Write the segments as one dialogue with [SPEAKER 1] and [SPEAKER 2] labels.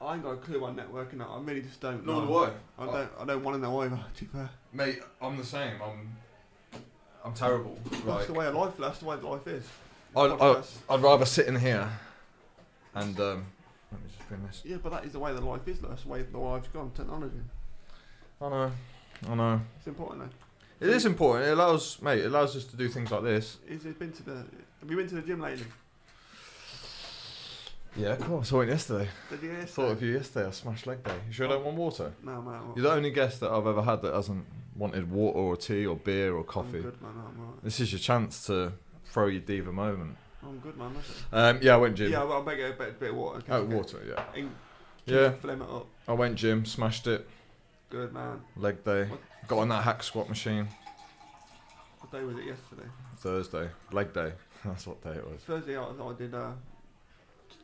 [SPEAKER 1] I ain't got a clue about networking. I really just don't.
[SPEAKER 2] Nor
[SPEAKER 1] know.
[SPEAKER 2] do I.
[SPEAKER 1] I don't. I don't want to know either. To be fair,
[SPEAKER 2] Mate, I'm the same. I'm I'm terrible.
[SPEAKER 1] that's
[SPEAKER 2] Like
[SPEAKER 1] the way of life. That's the way life is.
[SPEAKER 2] I, I,
[SPEAKER 1] Podcasts.
[SPEAKER 2] I'd rather sit in here and um, let me just bring this.
[SPEAKER 1] yeah, but that is the way that life is. That's the way the life's gone. Technology.
[SPEAKER 2] I know, I know.
[SPEAKER 1] It's important though.
[SPEAKER 2] It is important. It allows, mate. It allows us to do things like this.
[SPEAKER 1] Is it been to the? Have you been to the gym lately?
[SPEAKER 2] Yeah, of course. I went yesterday.
[SPEAKER 1] Did you
[SPEAKER 2] I
[SPEAKER 1] hear?
[SPEAKER 2] thought of you yesterday. I smashed leg day. You sure I don't want water?
[SPEAKER 1] No, man. I'm-
[SPEAKER 2] You're the only guest that I've ever had that hasn't wanted water or tea or beer or coffee.
[SPEAKER 1] I'm good, man. I'm, alright.
[SPEAKER 2] This is your chance to throw your diva moment.
[SPEAKER 1] I'm good, man. that's it.
[SPEAKER 2] Um, yeah, I went gym.
[SPEAKER 1] Yeah, well, I'll make it a bit, bit of water.
[SPEAKER 2] oh, water. Yeah,
[SPEAKER 1] In,
[SPEAKER 2] yeah.
[SPEAKER 1] Flame it up.
[SPEAKER 2] I went gym, smashed it.
[SPEAKER 1] Good, man.
[SPEAKER 2] Leg day.
[SPEAKER 1] What-
[SPEAKER 2] Got on that hack squat machine
[SPEAKER 1] What day was it yesterday?
[SPEAKER 2] Thursday. Leg day. That's what day it was.
[SPEAKER 1] Thursday, I, I did uh,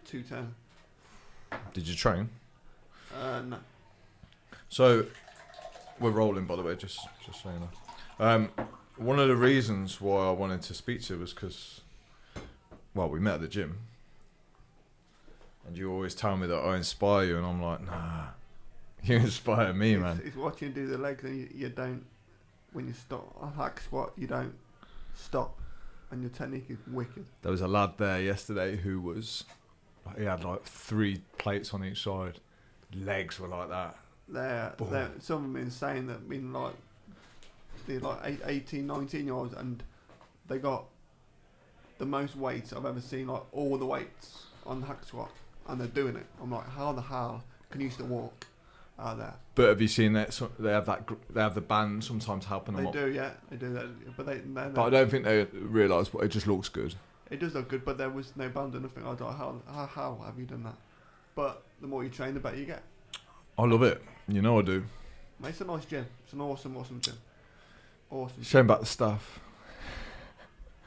[SPEAKER 1] t- 210.
[SPEAKER 2] Did you train?
[SPEAKER 1] Uh, no.
[SPEAKER 2] So we're rolling, by the way. Just just saying that. Um, one of the reasons why I wanted to speak to you was because, well, we met at the gym, and you always tell me that I inspire you, and I'm like, nah, you inspire me,
[SPEAKER 1] It's-
[SPEAKER 2] man.
[SPEAKER 1] It's watching you do the legs and you, you don't, when you stop a hack squat, you don't stop and your technique is wicked.
[SPEAKER 2] There was a lad there yesterday who was, he had like three plates on each side, legs were like that.
[SPEAKER 1] They're,
[SPEAKER 2] Boom.
[SPEAKER 1] they're, some of them insane that been like, they're like eight, 18, 19 year olds and they got the most weights I've ever seen, like all the weights on the hack squat and they're doing it. I'm like, how the hell can you still walk out there?
[SPEAKER 2] But have you seen that? So they have that. gr- They have the band sometimes helping them.
[SPEAKER 1] They
[SPEAKER 2] up.
[SPEAKER 1] do, yeah, they do that, but they, they,
[SPEAKER 2] But I don't think they realise. But it just looks good.
[SPEAKER 1] It does look good, but there was no band or nothing. I was like, how, how, how have you done that? But the more you train, the better you get.
[SPEAKER 2] I love it. You know I do.
[SPEAKER 1] Mate, it's a nice gym. It's an awesome, awesome gym. Awesome.
[SPEAKER 2] Shame about the staff.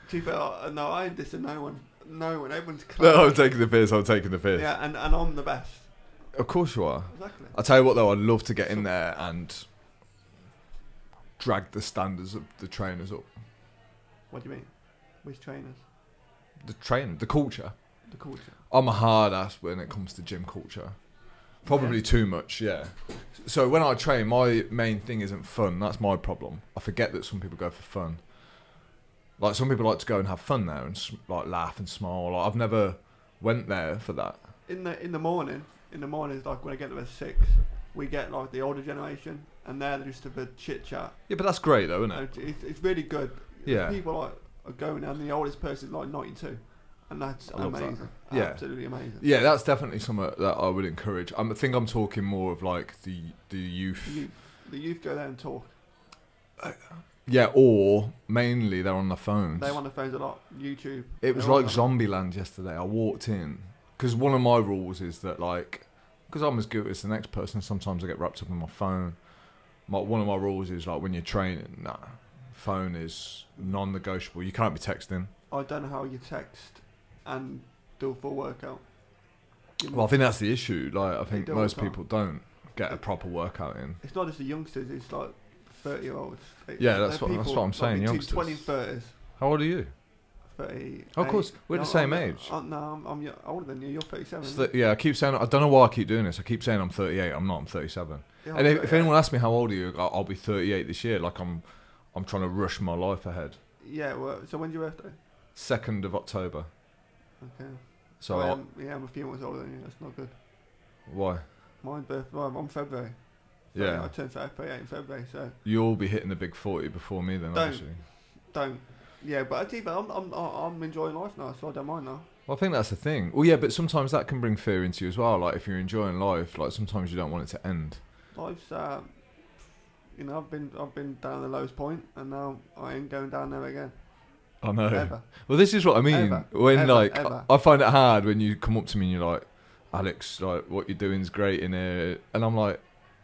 [SPEAKER 1] Too bad. I- uh, No, I this to no one. No one. Everyone's
[SPEAKER 2] No, I'm
[SPEAKER 1] clever.
[SPEAKER 2] taking the piss. I'm taking the piss.
[SPEAKER 1] Yeah, and, and I'm the best.
[SPEAKER 2] Of course you are.
[SPEAKER 1] Exactly.
[SPEAKER 2] I tell you what though, I'd love to get in there and drag the standards of the trainers up.
[SPEAKER 1] What do you mean? Which trainers?
[SPEAKER 2] The train, the culture.
[SPEAKER 1] The culture.
[SPEAKER 2] I'm a hard ass when it comes to gym culture. Probably
[SPEAKER 1] Yeah.
[SPEAKER 2] too much, yeah. So when I train, my main thing isn't fun. That's my problem. I forget that some people go for fun. Like some people like to go and have fun there and s- like laugh and smile. Like I've never went there for that.
[SPEAKER 1] In the in the morning, in the mornings, like when I get to about six, we get like the older generation, and they're just a bit chit chat.
[SPEAKER 2] Yeah, but that's great though, isn't it?
[SPEAKER 1] And It's, it's really good.
[SPEAKER 2] Yeah.
[SPEAKER 1] People like, are going, and the oldest person's like 92, and that's
[SPEAKER 2] I love that.
[SPEAKER 1] amazing.
[SPEAKER 2] Yeah.
[SPEAKER 1] Absolutely amazing.
[SPEAKER 2] Yeah, that's definitely something that I would encourage. I'm- I think I'm talking more of like the the youth.
[SPEAKER 1] The youth, the youth go there and talk.
[SPEAKER 2] Yeah, or mainly they're on the phones.
[SPEAKER 1] They want the phones a lot. YouTube.
[SPEAKER 2] it was
[SPEAKER 1] They're all
[SPEAKER 2] like
[SPEAKER 1] on
[SPEAKER 2] Zombieland yesterday. I walked in because one of my rules is that like because I'm as guilty as the next person. Sometimes I get wrapped up in my phone. My, one of my rules is like when you're training, nah, phone is non-negotiable. You can't be texting.
[SPEAKER 1] it. I don't know how you text and do a full workout. You know,
[SPEAKER 2] Well, I think that's the issue. Like I
[SPEAKER 1] They
[SPEAKER 2] think
[SPEAKER 1] don't
[SPEAKER 2] most
[SPEAKER 1] can't.
[SPEAKER 2] people don't get a proper workout in.
[SPEAKER 1] it's not just the youngsters. It's like 30 year olds. It-
[SPEAKER 2] Yeah, that's
[SPEAKER 1] they're
[SPEAKER 2] what- that's what I'm saying,
[SPEAKER 1] between
[SPEAKER 2] youngsters.
[SPEAKER 1] 20 and 30s.
[SPEAKER 2] How old are you?
[SPEAKER 1] 30.
[SPEAKER 2] Of course, we're the same
[SPEAKER 1] I'm,
[SPEAKER 2] age.
[SPEAKER 1] i no, I'm, I'm yo- older than you. You're 37.
[SPEAKER 2] It's
[SPEAKER 1] isn't
[SPEAKER 2] the-
[SPEAKER 1] it?
[SPEAKER 2] yeah, I keep saying I don't know why I keep doing this. I keep saying I'm 38. I'm not. I'm 37.
[SPEAKER 1] Yeah,
[SPEAKER 2] and if,
[SPEAKER 1] I'm
[SPEAKER 2] if
[SPEAKER 1] 38.
[SPEAKER 2] anyone asks me how old are you, I'll, I'll be 38 this year. Like I'm, I'm trying to rush my life ahead.
[SPEAKER 1] Yeah, well, so when's your birthday?
[SPEAKER 2] Second of October.
[SPEAKER 1] Okay.
[SPEAKER 2] So
[SPEAKER 1] I
[SPEAKER 2] I-
[SPEAKER 1] am, Oh, yeah, I'm a few months older than you. That's not good.
[SPEAKER 2] why?
[SPEAKER 1] My birth, well, I'm February. So
[SPEAKER 2] Yeah,
[SPEAKER 1] I turned 38 in February, so
[SPEAKER 2] you'll be hitting the big 40 before me then.
[SPEAKER 1] Don't.
[SPEAKER 2] Obviously.
[SPEAKER 1] don't. Yeah, but I do, but I'm, I'm, I'm enjoying life now, so I don't mind now.
[SPEAKER 2] Well, I think that's the thing. Well, yeah, but sometimes that can bring fear into you as well. Like if you're enjoying life, like sometimes you don't want it to end.
[SPEAKER 1] Life's, uh, you know, I've been, I've been down the lowest point, and now I ain't going down there again.
[SPEAKER 2] I know.
[SPEAKER 1] Ever.
[SPEAKER 2] Well, this is what I mean.
[SPEAKER 1] Ever.
[SPEAKER 2] When
[SPEAKER 1] Ever.
[SPEAKER 2] like I-
[SPEAKER 1] Ever.
[SPEAKER 2] I, find it hard when you come up to me and you're like, Alex, like what you're doing's great in here, and I'm like,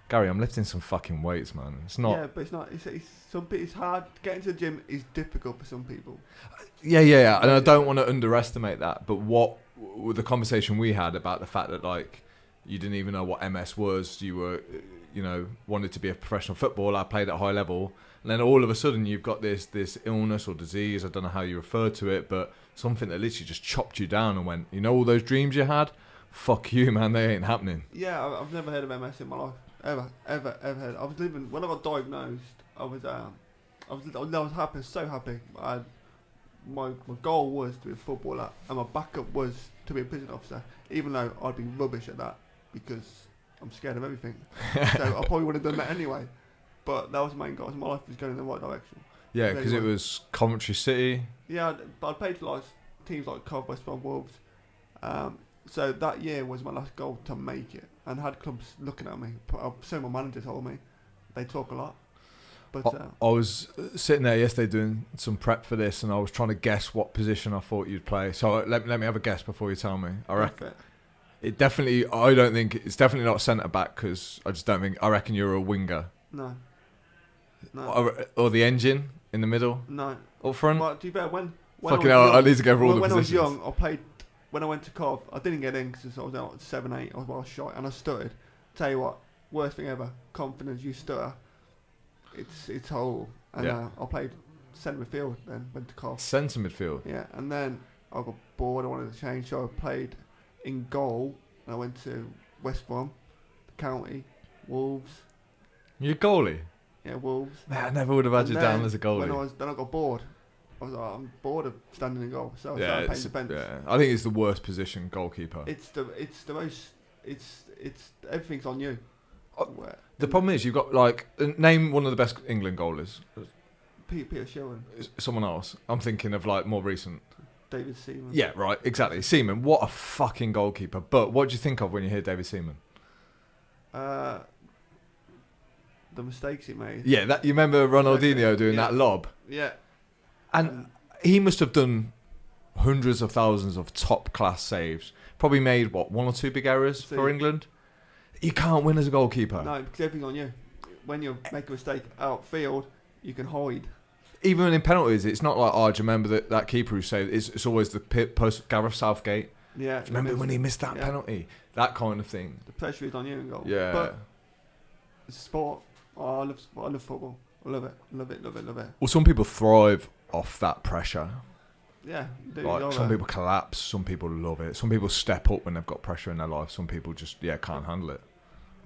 [SPEAKER 2] Gary, I'm lifting some fucking weights, man. It's not.
[SPEAKER 1] Yeah, but it's not. It's, it's some. pe- It's hard. Getting to the gym is difficult for some people.
[SPEAKER 2] Yeah, yeah, yeah. And I don't want to underestimate that. But what with the conversation we had about the fact that like you didn't even know what MS was, you were, you know, wanted to be a professional footballer, played at a high level, and then all of a sudden you've got this this illness or disease. I don't know how you refer to it, but something that literally just chopped you down and went. You know all those dreams you had. fuck you, man, they ain't happening.
[SPEAKER 1] Yeah, I- I've never heard of MS in my life. Ever, ever, ever heard. I was living when I got diagnosed. I was, um, I was, I was- I was happy, so happy. I, my my goal was to be a footballer, and my backup was to be a prison officer. Even though I'd be rubbish at that because I'm scared of everything. so I probably would have done that anyway. But that was my main goal. My life was going in the right direction.
[SPEAKER 2] Yeah,
[SPEAKER 1] They
[SPEAKER 2] because it
[SPEAKER 1] were.
[SPEAKER 2] was Coventry City.
[SPEAKER 1] Yeah, I'd- but I played for like teams like Cov, West Brom, Wolves. Um, so that year was my last goal to make it, and had clubs looking at me. P- uh, So my manager told me they talk a lot, but uh,
[SPEAKER 2] I was uh, sitting there yesterday doing some prep for this, and I was trying to guess what position I thought you'd play. So uh, let, let me have a guess before you tell me. I reckon
[SPEAKER 1] that's it.
[SPEAKER 2] it definitely. I don't think it's definitely not centre back because I just don't think. I reckon you're a winger
[SPEAKER 1] No, no,
[SPEAKER 2] or, or the engine in the middle
[SPEAKER 1] no.
[SPEAKER 2] up front.
[SPEAKER 1] But to be fair, when when
[SPEAKER 2] Um, Fucking
[SPEAKER 1] I was
[SPEAKER 2] hell! I
[SPEAKER 1] young,
[SPEAKER 2] need to go for all
[SPEAKER 1] when,
[SPEAKER 2] the
[SPEAKER 1] when I was
[SPEAKER 2] positions.
[SPEAKER 1] young, I played. When I went to Cov, I didn't get in because I was out seven, eight. I was well shot, and I stuttered. Tell you what, worst thing ever. Confidence, you stutter. It's it's horrible. And
[SPEAKER 2] Yeah.
[SPEAKER 1] uh, I played centre midfield, then went to Cov.
[SPEAKER 2] Centre midfield.
[SPEAKER 1] Yeah, and then I got bored. I wanted to change, so I played in goal. And I went to West Brom, the county, Wolves.
[SPEAKER 2] You're a goalie.
[SPEAKER 1] Yeah, Wolves.
[SPEAKER 2] Man, I never would have had
[SPEAKER 1] And
[SPEAKER 2] you down
[SPEAKER 1] then
[SPEAKER 2] as a
[SPEAKER 1] When I
[SPEAKER 2] goalie.
[SPEAKER 1] was, then I got bored. I was like, I'm bored of standing in goal, so I
[SPEAKER 2] Yeah,
[SPEAKER 1] started playing
[SPEAKER 2] it's-
[SPEAKER 1] defence.
[SPEAKER 2] yeah, I think it's the worst position, goalkeeper.
[SPEAKER 1] It's the it's the most it's it's everything's on you.
[SPEAKER 2] Oh,
[SPEAKER 1] Where-
[SPEAKER 2] the problem is you've got like uh, name one of the best England goalies.
[SPEAKER 1] Peter, Peter Shilton,
[SPEAKER 2] It's Someone else. I'm thinking of like more recent.
[SPEAKER 1] David Seaman.
[SPEAKER 2] Yeah, right. Exactly. Seaman. What a fucking goalkeeper. But what do you think of when you hear David Seaman?
[SPEAKER 1] Uh, the mistakes he made.
[SPEAKER 2] Yeah, that you remember Ronaldinho doing
[SPEAKER 1] Yeah.
[SPEAKER 2] that lob,
[SPEAKER 1] Yeah.
[SPEAKER 2] and he must have done hundreds of thousands of top class saves. Probably made what one or two big errors
[SPEAKER 1] See-
[SPEAKER 2] for England. You can't win as a goalkeeper.
[SPEAKER 1] Uh, No, because everything's on you. When you make a mistake outfield, you can hide.
[SPEAKER 2] even in penalties, it's not like, oh, do you remember that, that keeper who saved? It's, it's always the pi post Gareth Southgate.
[SPEAKER 1] Yeah.
[SPEAKER 2] Do you remember when he missed that
[SPEAKER 1] Yeah.
[SPEAKER 2] penalty? That kind of thing.
[SPEAKER 1] The pressure is on you in goal.
[SPEAKER 2] Yeah.
[SPEAKER 1] But it's sport. Oh, I love sport. I love football. I love it. Love it. Love it. Love it.
[SPEAKER 2] well, some people thrive off that pressure.
[SPEAKER 1] Yeah. you do, you're
[SPEAKER 2] Like some
[SPEAKER 1] right.
[SPEAKER 2] people collapse, some people love it. Some people step up when they've got pressure in their life. Some people just yeah can't handle it.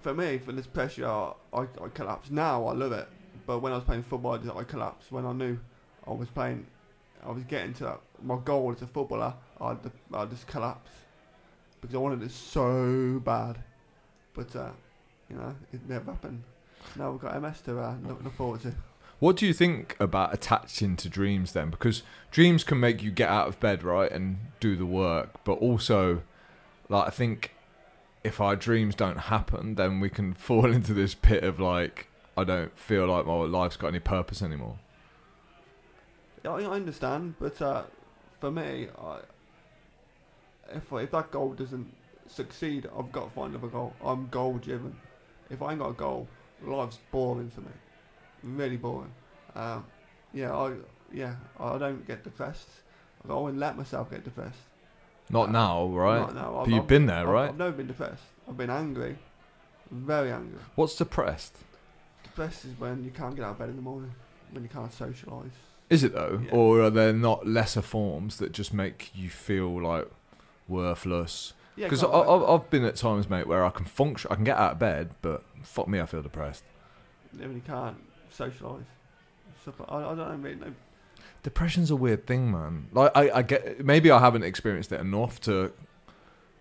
[SPEAKER 1] For me, for this pressure, I, I collapsed. Now I love it. But when I was playing football, I, did- I collapsed. When I knew I was playing, I was getting to that. my goal as a footballer, I, d- I just collapsed. Because I wanted it so bad. But, uh, you know, it never happened. Now we've got MS to uh, look, look forward to.
[SPEAKER 2] What do you think about attaching to dreams then? Because dreams can make you get out of bed, right, and do the work, but also, like, I think if our dreams don't happen, then we can fall into this pit of like, I don't feel like my life's got any purpose anymore.
[SPEAKER 1] Yeah, I I understand, but uh, for me, I, if if that goal doesn't succeed, I've got to find another goal. I'm goal driven. If I ain't got a goal, life's boring for me. Really boring. Um, yeah, I yeah I don't get depressed. I wouldn't let myself get depressed.
[SPEAKER 2] Not now, right?
[SPEAKER 1] Not now.
[SPEAKER 2] but
[SPEAKER 1] I've-
[SPEAKER 2] you've
[SPEAKER 1] I've-
[SPEAKER 2] been there,
[SPEAKER 1] I've-
[SPEAKER 2] right?
[SPEAKER 1] I've never been depressed. I've been angry, very angry.
[SPEAKER 2] What's depressed?
[SPEAKER 1] Depressed is when you can't get out of bed in the morning, when you can't socialise.
[SPEAKER 2] Is it though,
[SPEAKER 1] Yeah.
[SPEAKER 2] or are there not lesser forms that just make you feel like worthless?
[SPEAKER 1] Yeah,
[SPEAKER 2] Because
[SPEAKER 1] can't get out of bed.
[SPEAKER 2] I've been at times, mate, where I can function, I can get out of bed, but fuck me, I feel depressed.
[SPEAKER 1] Yeah, when you can't socialise. Stuff like- I, I don't really know.
[SPEAKER 2] Depression's a weird thing, man. Like I, I get maybe I haven't experienced it enough to,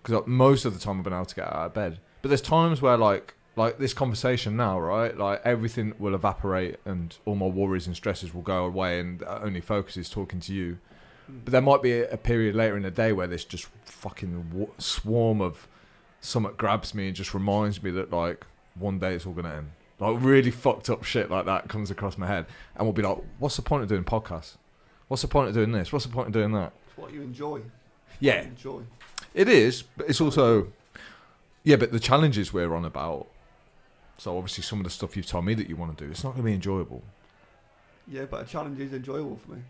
[SPEAKER 2] because most of the time I've been able to get out of bed. But there's times where like like this conversation now, right? Like everything will evaporate and all my worries and stresses will go away, and the only focus is talking to you. But there might be a period later in the day where this just fucking wa- swarm of something grabs me and just reminds me that like one day it's all gonna end. Like really fucked up shit like that comes across my head, and we'll be like, "What's the point of doing podcasts? What's the point of doing this? What's the point of doing that?"
[SPEAKER 1] It's what you enjoy.
[SPEAKER 2] Yeah,
[SPEAKER 1] Enjoy.
[SPEAKER 2] it is, but it's also yeah. But the challenges we're on about. So obviously, some of the stuff you've told me that you want to do, it's not gonna be enjoyable.
[SPEAKER 1] Yeah, but a challenge is enjoyable for me.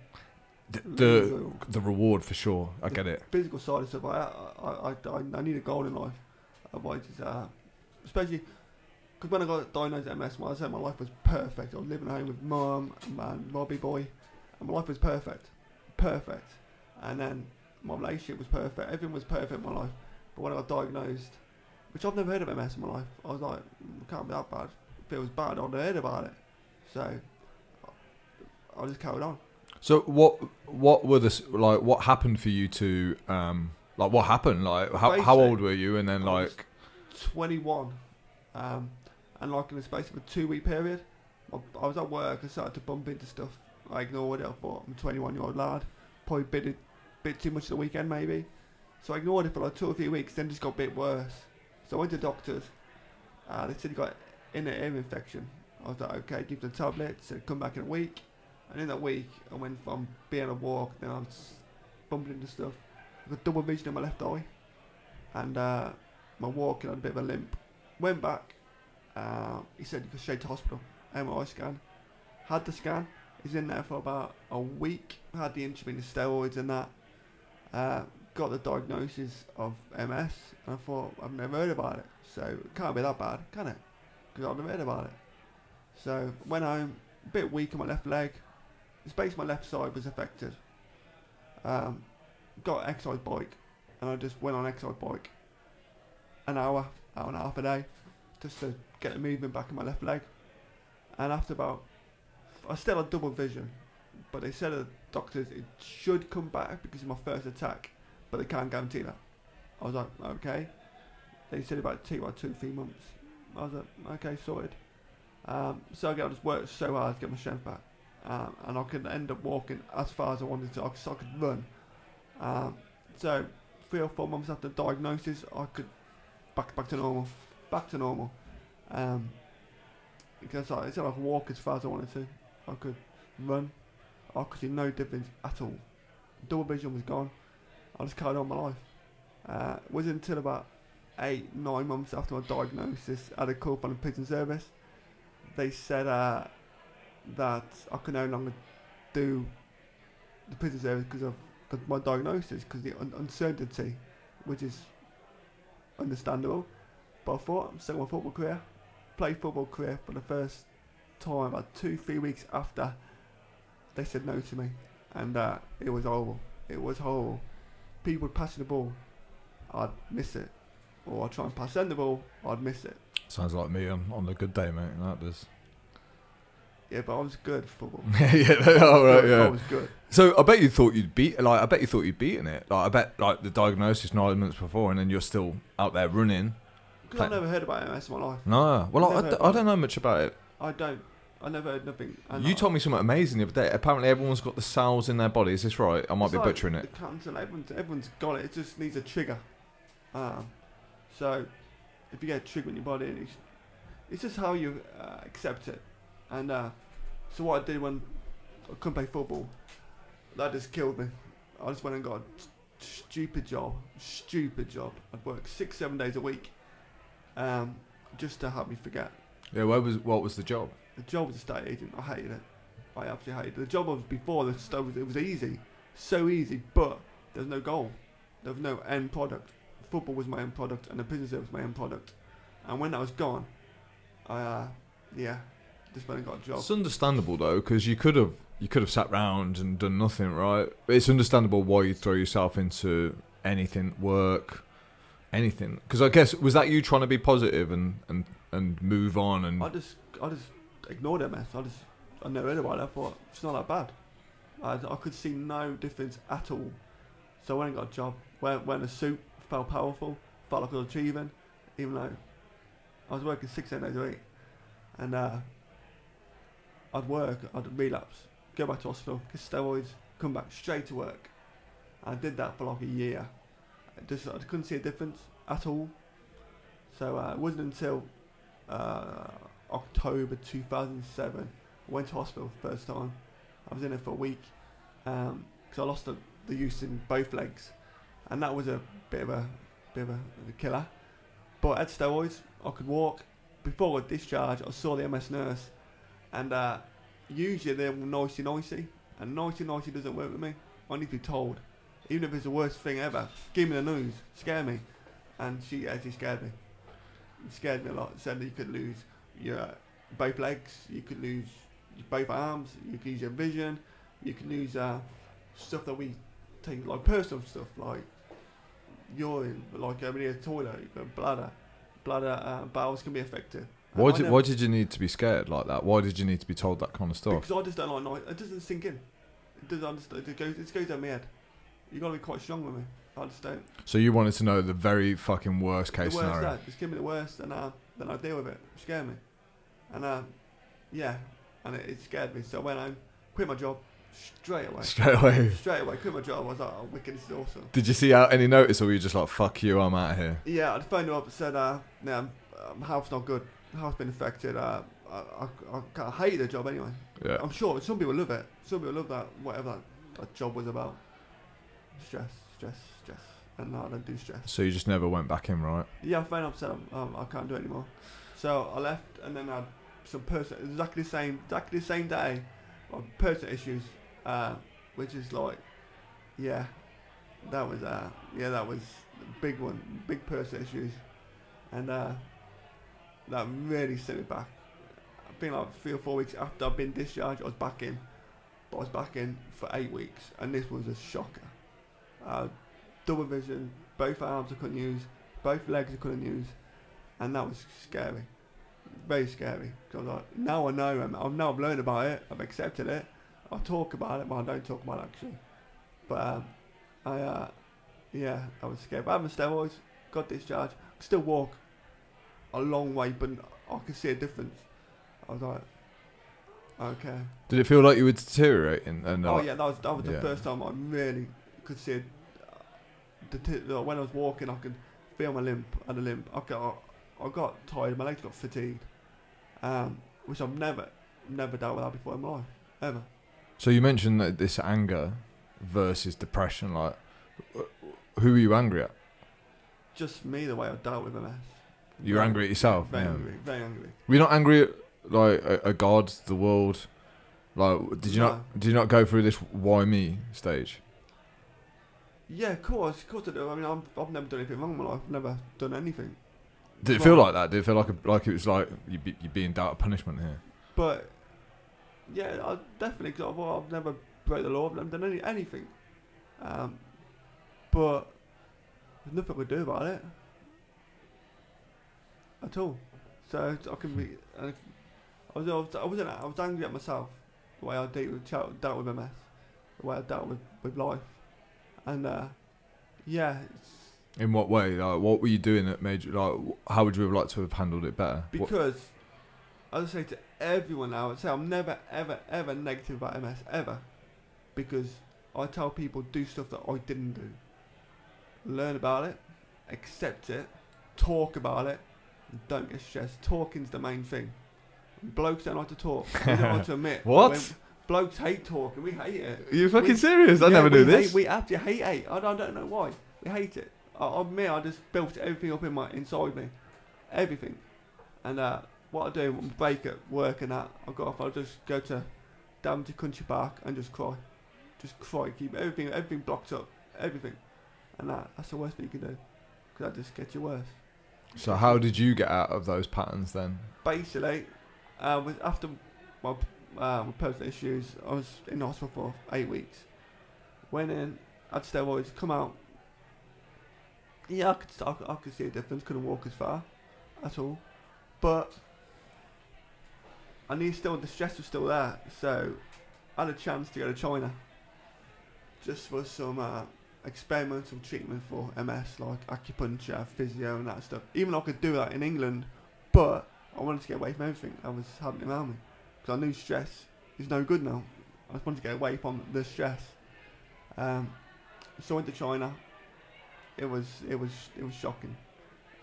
[SPEAKER 2] The
[SPEAKER 1] Really
[SPEAKER 2] the,
[SPEAKER 1] enjoyable.
[SPEAKER 2] the reward for sure. I get it.
[SPEAKER 1] Physical side of stuff. I, I, I, I, I need a goal in life. Otherwise, it's, uh, especially because when I got diagnosed with MS, when I said my life was perfect. I was living at home with mum and my Robbie boy, and my life was perfect, perfect. And then my relationship was perfect. Everything was perfect in my life. But when I got diagnosed, which I've never heard of MS in my life, I was like, "Mm, it can't be that bad. If it was bad, I'd have heard about it. So I- I just carried on.
[SPEAKER 2] So what what were the s- like what happened for you to um like what happened like how, how
[SPEAKER 1] Basically,
[SPEAKER 2] old were you and then
[SPEAKER 1] I
[SPEAKER 2] like
[SPEAKER 1] was 21, um, and like in the space of a two week period, I, I was at work. I started to bump into stuff. I ignored it. I thought I'm a 21 year old lad, probably bit it, bit too much at the weekend maybe. So I ignored it for like two or three weeks. Then just got a bit worse. So I went to doctors. Uh, they said you got inner ear infection. I was like, okay, give the tablets. Said come back in a week. And in that week, I went from being able to walk, then I was bumping into stuff. I got double vision in my left eye, and uh, my walk and I had a bit of a limp. Went back. Uh, he said you go straight to hospital. MRI scan. Had the scan. He's in there for about a week. Had the insulin, the steroids, and that. Uh, got the diagnosis of MS, and I thought I've never heard about it, so it can't be that bad, can it? Because I've never heard about it. So went home, a bit weak on my left leg. The space on my left side was affected. Um, got an exercise bike, and I just went on an exercise bike an hour, hour and a half a day, just to get the movement back in my left leg. And after about, I still had double vision, but they said to the doctors it should come back because of my first attack, but they can't guarantee that. I was like, okay. They said about two or two, three months. I was like, okay, sorted. Um, so again, I just worked so hard to get my strength back, um, and I could end up walking as far as I wanted to. I, so I could run. Um, so three or four months after diagnosis, I could back back to normal, back to normal. Um, because I said I could walk as far as I wanted to, I could run, I could see no difference at all. Double vision was gone. I just carried on my life. Uh, it wasn't until about eight, nine months after my diagnosis, I had a call from the prison service. They said uh, that I could no longer do the prison service because of 'cause my diagnosis, because the un- uncertainty, which is understandable. But I thought I'm still my football career. Played football career for the first time about two, three weeks after they said no to me. And uh, it was horrible. It was horrible. People passing the ball, I'd miss it. Or I'd try and pass them the ball, I'd miss it.
[SPEAKER 2] sounds like me on on a good day, mate. That does.
[SPEAKER 1] Yeah, but I was good at football.
[SPEAKER 2] yeah, all right,
[SPEAKER 1] I
[SPEAKER 2] yeah.
[SPEAKER 1] was good.
[SPEAKER 2] So I bet you thought you'd beat like I bet you thought you'd beaten it. Like I bet like the diagnosis nine months before, and then you're still out there running.
[SPEAKER 1] Because I've never heard about MS in my life.
[SPEAKER 2] No, well I, I,
[SPEAKER 1] Never.
[SPEAKER 2] d- I don't know much about it.
[SPEAKER 1] I don't. I never heard nothing.
[SPEAKER 2] you
[SPEAKER 1] I,
[SPEAKER 2] told me something amazing the other day. Apparently everyone's got the cells in their body. Is this right? I might
[SPEAKER 1] It's
[SPEAKER 2] be
[SPEAKER 1] like
[SPEAKER 2] butchering it.
[SPEAKER 1] The cancel, everyone's, everyone's got it. It just needs a trigger. Um, so if you get a trigger in your body, it's, it's just how you uh, accept it. And uh, so what I did when I couldn't play football, that just killed me. I just went and got a st- stupid job, stupid job. I'd work six, seven days a week, um, just to help me forget.
[SPEAKER 2] Yeah, where was what was the job?
[SPEAKER 1] The job was a state agent. I hated it. I absolutely hated it. The job I was before the stuff was, it was easy, so easy, but there's no goal. There was no end product. Football was my end product, and the business was my end product. And when that was gone, I uh, yeah, just went and got a job.
[SPEAKER 2] It's understandable though, because you could have you could have sat round and done nothing, right? It's understandable why you throw yourself into anything, work, anything. Because I guess was that you trying to be positive and and and move on and
[SPEAKER 1] I just I just ignored it, man. I just I never heard about it. I thought it's not that bad. I, I could see no difference at all. So I went and got a job. Wearing, wearing a suit, felt powerful, felt like I was achieving, even though I was working six seven days a week. And uh, I'd work, I'd relapse, go back to hospital, get steroids, come back straight to work. I did that for like a year. I just I couldn't see a difference at all. So uh, it wasn't until uh, October 2007. I went to hospital for the first time. I was in it for a week because I lost the, the use in both legs, and that was a bit of a bit of a, a killer. But I had steroids. I could walk. Before I got discharged, I saw the MS nurse, and uh, usually they're nicey nicey, and nicey nicey doesn't work with me. I need to be told, even if it's the worst thing ever. Give me the news, scare me, and she actually scared me scared me a lot. Said that you could lose your uh, both legs, you could lose your both arms, you could lose your vision, you could lose uh, stuff that we take like personal stuff like urine, but like over near the toilet, your bladder, bladder, uh, bowels can be affected. And
[SPEAKER 2] Why
[SPEAKER 1] I
[SPEAKER 2] did
[SPEAKER 1] never-
[SPEAKER 2] Why did you need to be scared like that? Why did you need to be told that kind of stuff?
[SPEAKER 1] Because I just don't like night. It doesn't sink in. It doesn't. I just, it goes. It goes down my head. You got to be quite strong with me. I just don't.
[SPEAKER 2] So you wanted to know the very fucking worst case
[SPEAKER 1] the worst
[SPEAKER 2] scenario.
[SPEAKER 1] that. Just give me the worst, and uh, then I deal with it. It scared me, and uh, yeah, and it, it scared me. So when I quit my job straight away,
[SPEAKER 2] Straight away.
[SPEAKER 1] straight away, quit my job. I was like, oh, wicked, this is awesome.
[SPEAKER 2] Did you see out any notice, or were you just like, "Fuck you, I'm out of here"?
[SPEAKER 1] Yeah, I phoned her up and said, uh, yeah, um, house not good. House been affected. Uh, I, I, I, kinda hate the job anyway.
[SPEAKER 2] Yeah.
[SPEAKER 1] I'm sure some people love it. Some people love that whatever that, that job was about. Stress, stress, stress, and I don't do stress.
[SPEAKER 2] So you just never went back in, right?
[SPEAKER 1] Yeah, I phoned up said um, um, I can't do it anymore. So I left, and then I had some person exactly the same exactly the same day, of personal issues, uh, which is like, yeah, that was uh yeah that was a big one, big personal issues, and uh, that really set me back. I've been like three or four weeks after I've been discharged, I was back in, but I was back in for eight weeks, and this was a shocker. Uh, double vision, both arms I couldn't use both legs I couldn't use, and that was scary, very scary. Because like, now I know, um, I've now I've learned about it, I've accepted it, I talk about it, well I don't talk about it actually, but um, I, uh, yeah, I was scared. But I'm on steroids, got discharged, I could still walk a long way, but I could see a difference. I was like, okay,
[SPEAKER 2] Did it feel like you were deteriorating? And uh,
[SPEAKER 1] oh
[SPEAKER 2] like,
[SPEAKER 1] yeah, that was that was
[SPEAKER 2] yeah.
[SPEAKER 1] the first time I really could see. It. The t- like, when I was walking, I could feel my limp and a limp. I got I got tired. My legs got fatigued, um, which I've never never dealt with that before in my life ever.
[SPEAKER 2] So you mentioned that this anger versus depression. Like, wh- who are you angry at?
[SPEAKER 1] Just me, the way I dealt with MS.
[SPEAKER 2] You're angry at yourself.
[SPEAKER 1] Very
[SPEAKER 2] yeah.
[SPEAKER 1] angry. Very angry.
[SPEAKER 2] Were you not angry at like a, a God, the world? Like, did you not? Did you not go through this "why me" stage?
[SPEAKER 1] Yeah, of course, of course I do. I mean, I'm, I've never done anything wrong in my life. I've never done anything.
[SPEAKER 2] Did it
[SPEAKER 1] Well-
[SPEAKER 2] feel like that? Did it feel like a, like it was like you be, you're being dealt a punishment here?
[SPEAKER 1] But yeah, I definitely because I've, I've never broke the law. I've never done any, anything. Um, but there's nothing I can do about it at all. So I can be. I, I was. I was. I wasn't. I was angry at myself the way I dealt with chil- dealt with MS, the way I dealt with with life, and uh, yeah, it's
[SPEAKER 2] In what way? Like, what were you doing that made you like? wh- How would you have liked to have handled it better? What-
[SPEAKER 1] because I just say to everyone now, I say I'm never, ever, ever negative about MS ever, because I tell people do stuff that I didn't do. Learn about it, accept it, talk about it, and don't get stressed. Talking's the main thing. Blokes don't like to talk. We don't like to admit. that
[SPEAKER 2] What?
[SPEAKER 1] when- Blokes hate talking. We hate it.
[SPEAKER 2] Are you fucking
[SPEAKER 1] We-
[SPEAKER 2] serious? I
[SPEAKER 1] Yeah,
[SPEAKER 2] never
[SPEAKER 1] we
[SPEAKER 2] knew
[SPEAKER 1] hate-
[SPEAKER 2] this.
[SPEAKER 1] we absolutely hate hate. I don't, I don't know why. We hate it. I, I admit I just built everything up in my inside me, everything. And uh, what I do, when I break at work and that, I go off. I'll just go to down to country park and just cry, just cry. Keep everything everything blocked up, everything. And that that's the worst thing you can do, because that just gets you worse.
[SPEAKER 2] So how did you get out of those patterns then?
[SPEAKER 1] basically, uh, was after my uh, my personal issues, I was in hospital for eight weeks. Went in, had steroids, come out. Yeah, I could I, could- I could see a difference. Couldn't walk as far, at all, but I knew still the stress was still there. So I had a chance to go to China, just for some. Uh, experimental treatment for MS like acupuncture, physio and that stuff. Even though I could do that in England, but I wanted to get away from everything that was happening around me because I knew stress is no good now. I just wanted to get away from the stress. Um, so I went to China. It was it was it was shocking,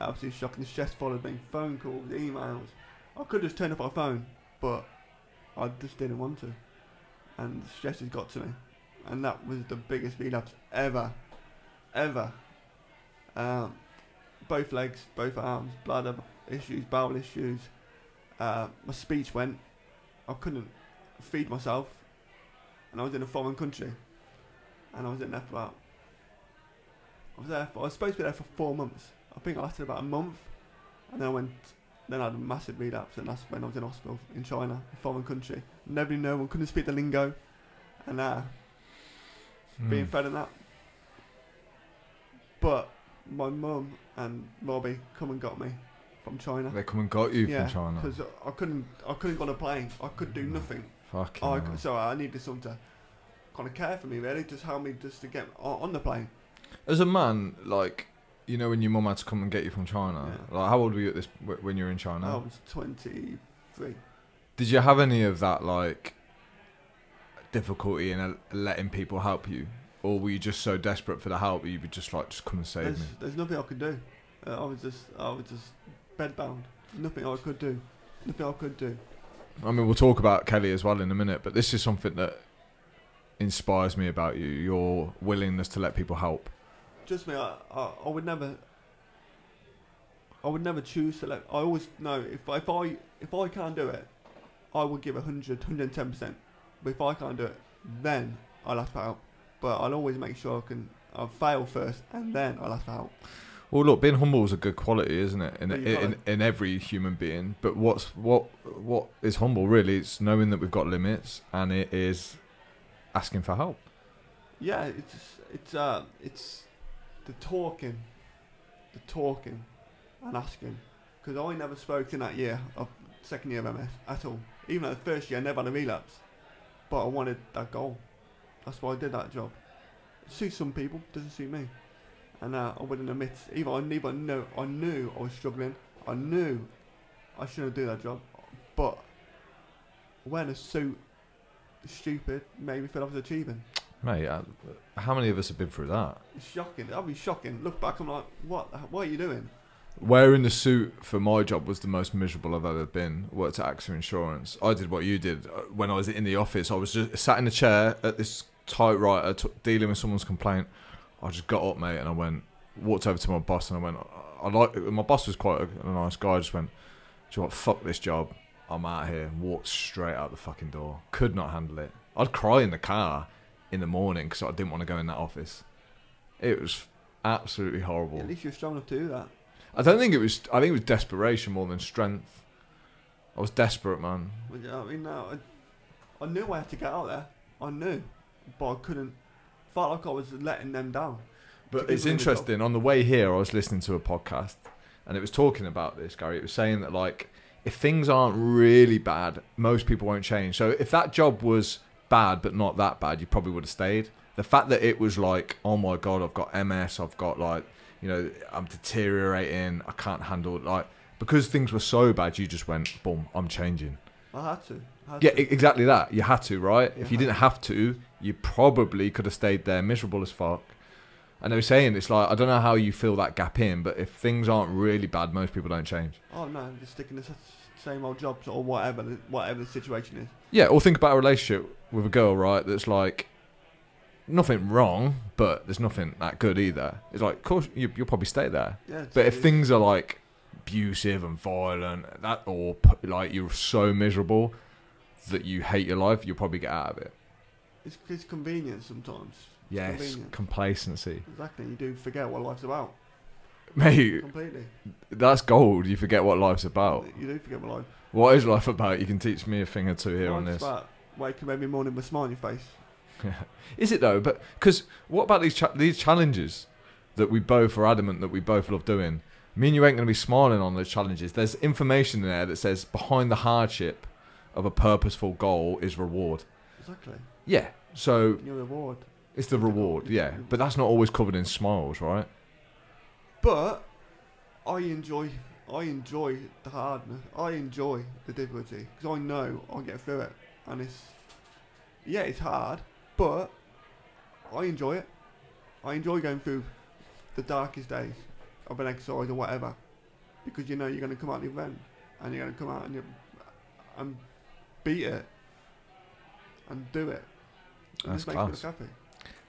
[SPEAKER 1] absolutely shocking. The stress followed me, phone calls, emails. I could just turn off my phone, but I just didn't want to, and the stress has got to me, and that was the biggest relapse ever, ever. Um, both legs, both arms, bladder issues, bowel issues. Uh, my speech went. I couldn't feed myself, and I was in a foreign country, and I was in there for about. I was there. For, I was supposed to be there for four months. I think I lasted about a month, and then I went. Then I had a massive relapse, and that's when I was in hospital in China, a foreign country. Nobody knew. One couldn't speak the lingo, and uh, being
[SPEAKER 2] Hmm.
[SPEAKER 1] fed and that. But my mum and Robbie come and got me from China.
[SPEAKER 2] They come and got you
[SPEAKER 1] yeah,
[SPEAKER 2] from China.
[SPEAKER 1] because I couldn't, I couldn't go on a plane. I could do nothing.
[SPEAKER 2] Fucking.
[SPEAKER 1] I,
[SPEAKER 2] hell.
[SPEAKER 1] so I needed someone to kind of care for me, really, just help me just to get o- on the plane.
[SPEAKER 2] As a man, like you know, when your mum had to come and get you from China, like how old were you at this wh- when you were in China?
[SPEAKER 1] I was 23.
[SPEAKER 2] Did you have any of that like difficulty in uh, letting people help you, or were you just so desperate for the help that you would just like just come and save
[SPEAKER 1] There's,
[SPEAKER 2] me?
[SPEAKER 1] there's nothing I could do. Uh, I was just, I was just bedbound. Nothing I could do. Nothing I could do.
[SPEAKER 2] I mean, we'll talk about Kelly as well in a minute, but this is something that inspires me about you: your willingness to let people help.
[SPEAKER 1] Just me. I, I, I would never. I would never choose to let. I always know if if I if I can't do it, I would give 100, 110 percent. But if I can't do it, then I'll ask for help. But I'll always make sure I can. I'll fail first, and then I'll ask for help.
[SPEAKER 2] Well, look, being humble is a good quality, isn't it? In,
[SPEAKER 1] Yeah,
[SPEAKER 2] in,
[SPEAKER 1] you gotta-
[SPEAKER 2] in, every human being. But what's what what is humble really? It's knowing that we've got limits, and it is asking for help.
[SPEAKER 1] Yeah, it's it's uh it's the talking, the talking, and asking. Because I never spoke in that year of second year of MS at all. Even at the first year, I never had a relapse. But I wanted that goal. That's why I did that job. It suits some people, doesn't suit me. And uh, I wouldn't admit. Even I knew, but no, I knew I was struggling. I knew I shouldn't do that job. But awareness so stupid made me feel I was achieving.
[SPEAKER 2] Mate, uh, how many of us have been through that?
[SPEAKER 1] It's shocking. That'd be shocking. Look back, I'm like, what? the- What are you doing?
[SPEAKER 2] Wearing the suit for my job was the most miserable I've ever been. Worked at AXA Insurance. I did what you did uh, when I was in the office. I was just sat in a chair at this typewriter t- dealing with someone's complaint. I just got up, mate, and I went, walked over to my boss and I went, I I like, my boss was quite a, a nice guy. I just went, do you know what, fuck this job. I'm out here. and Walked straight out the fucking door. Could not handle it. I'd cry in the car in the morning because I didn't want to go in that office. It was absolutely horrible.
[SPEAKER 1] At least you're strong enough to do that.
[SPEAKER 2] I don't think it was. I think it was desperation more than strength. I was desperate, man.
[SPEAKER 1] Well, yeah, I mean, now I, I knew I had to get out there. I knew, but I couldn't. Felt like I was letting them down.
[SPEAKER 2] But
[SPEAKER 1] People
[SPEAKER 2] it's
[SPEAKER 1] need help.
[SPEAKER 2] interesting. On the way here, I was listening to a podcast, and it was talking about this, Gary. It was saying that like, if things aren't really bad, most people won't change. So if that job was bad but not that bad, you probably would have stayed. The fact that it was like, oh my god, I've got MS, I've got like, you know, I'm deteriorating, I can't handle it. Like because things were so bad, you just went, boom, I'm changing.
[SPEAKER 1] I had to. I had
[SPEAKER 2] Yeah,
[SPEAKER 1] to.
[SPEAKER 2] e- exactly that. You had to, right? If you
[SPEAKER 1] Yeah.
[SPEAKER 2] didn't have to, you probably could have stayed there miserable as fuck. And they were saying it's like I don't know how you fill that gap in, but if things aren't really bad, most people don't change.
[SPEAKER 1] oh no, I'm just sticking to the same old jobs or whatever, the- whatever the situation is.
[SPEAKER 2] Yeah, or think about a relationship with a girl, right? That's like nothing wrong, but there's nothing that good either. It's like, of course, you, you'll probably stay there.
[SPEAKER 1] Yeah.
[SPEAKER 2] But if
[SPEAKER 1] so-
[SPEAKER 2] things are like abusive and violent, that or p- like you're so miserable that you hate your life, you'll probably get out of it.
[SPEAKER 1] it's, it's convenient sometimes. It's
[SPEAKER 2] Yes,
[SPEAKER 1] Convenient.
[SPEAKER 2] complacency.
[SPEAKER 1] Exactly. You do forget what life's about
[SPEAKER 2] Mate,
[SPEAKER 1] completely.
[SPEAKER 2] that's gold. You forget what life's about.
[SPEAKER 1] You do forget what life.
[SPEAKER 2] What is life about? You can teach me a thing or two here on
[SPEAKER 1] life's
[SPEAKER 2] this.
[SPEAKER 1] about waking every morning with a smile on your face.
[SPEAKER 2] Is it though? But because what about these cha- these challenges that we both are adamant that we both love doing? Me and you ain't going to be smiling on those challenges. There's information in there that says behind the hardship of a purposeful goal is reward.
[SPEAKER 1] Exactly.
[SPEAKER 2] Yeah. So
[SPEAKER 1] Your reward.
[SPEAKER 2] it's the reward. Yeah. But that's not always covered in smiles, right?
[SPEAKER 1] But I enjoy, I enjoy the hardness. I enjoy the difficulty because I know I'll get through it. And it's, yeah, it's hard, but I enjoy it. I enjoy going through the darkest days of an exercise or whatever, because you know you're going to come out the event and you're going to come out and you and beat it and do it. It
[SPEAKER 2] That's
[SPEAKER 1] just makes me look
[SPEAKER 2] class.
[SPEAKER 1] happy.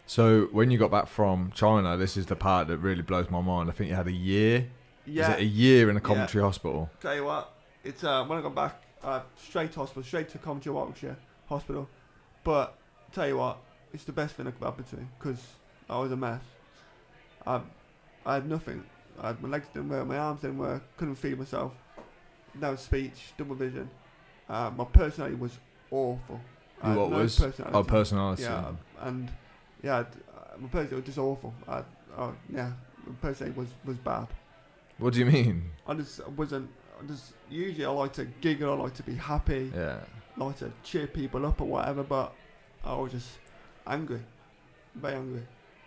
[SPEAKER 2] So when you got back from China, this is the part that really blows my mind. I think you had a year.
[SPEAKER 1] Yeah.
[SPEAKER 2] Is it a year in a
[SPEAKER 1] Yeah.
[SPEAKER 2] Coventry hospital?
[SPEAKER 1] Tell you what, it's uh, when I got back, uh, straight to hospital, straight to Coventry Warwickshire Hospital. But tell you what, it's the best thing that could happen to me because I was a mess. I, I had nothing. I, my legs didn't work, my arms didn't work, couldn't feed myself, no speech, double vision. Uh, my personality was awful. I had
[SPEAKER 2] what
[SPEAKER 1] no
[SPEAKER 2] was?
[SPEAKER 1] personality.
[SPEAKER 2] Oh, personality.
[SPEAKER 1] Yeah, and yeah, I'd- uh, my personality was just awful. I, oh, yeah, per se was was bad.
[SPEAKER 2] What do you mean?
[SPEAKER 1] I just wasn't. I just usually I like to giggle. I like to be happy.
[SPEAKER 2] Yeah.
[SPEAKER 1] I like to cheer people up or whatever. But I was just angry, very angry.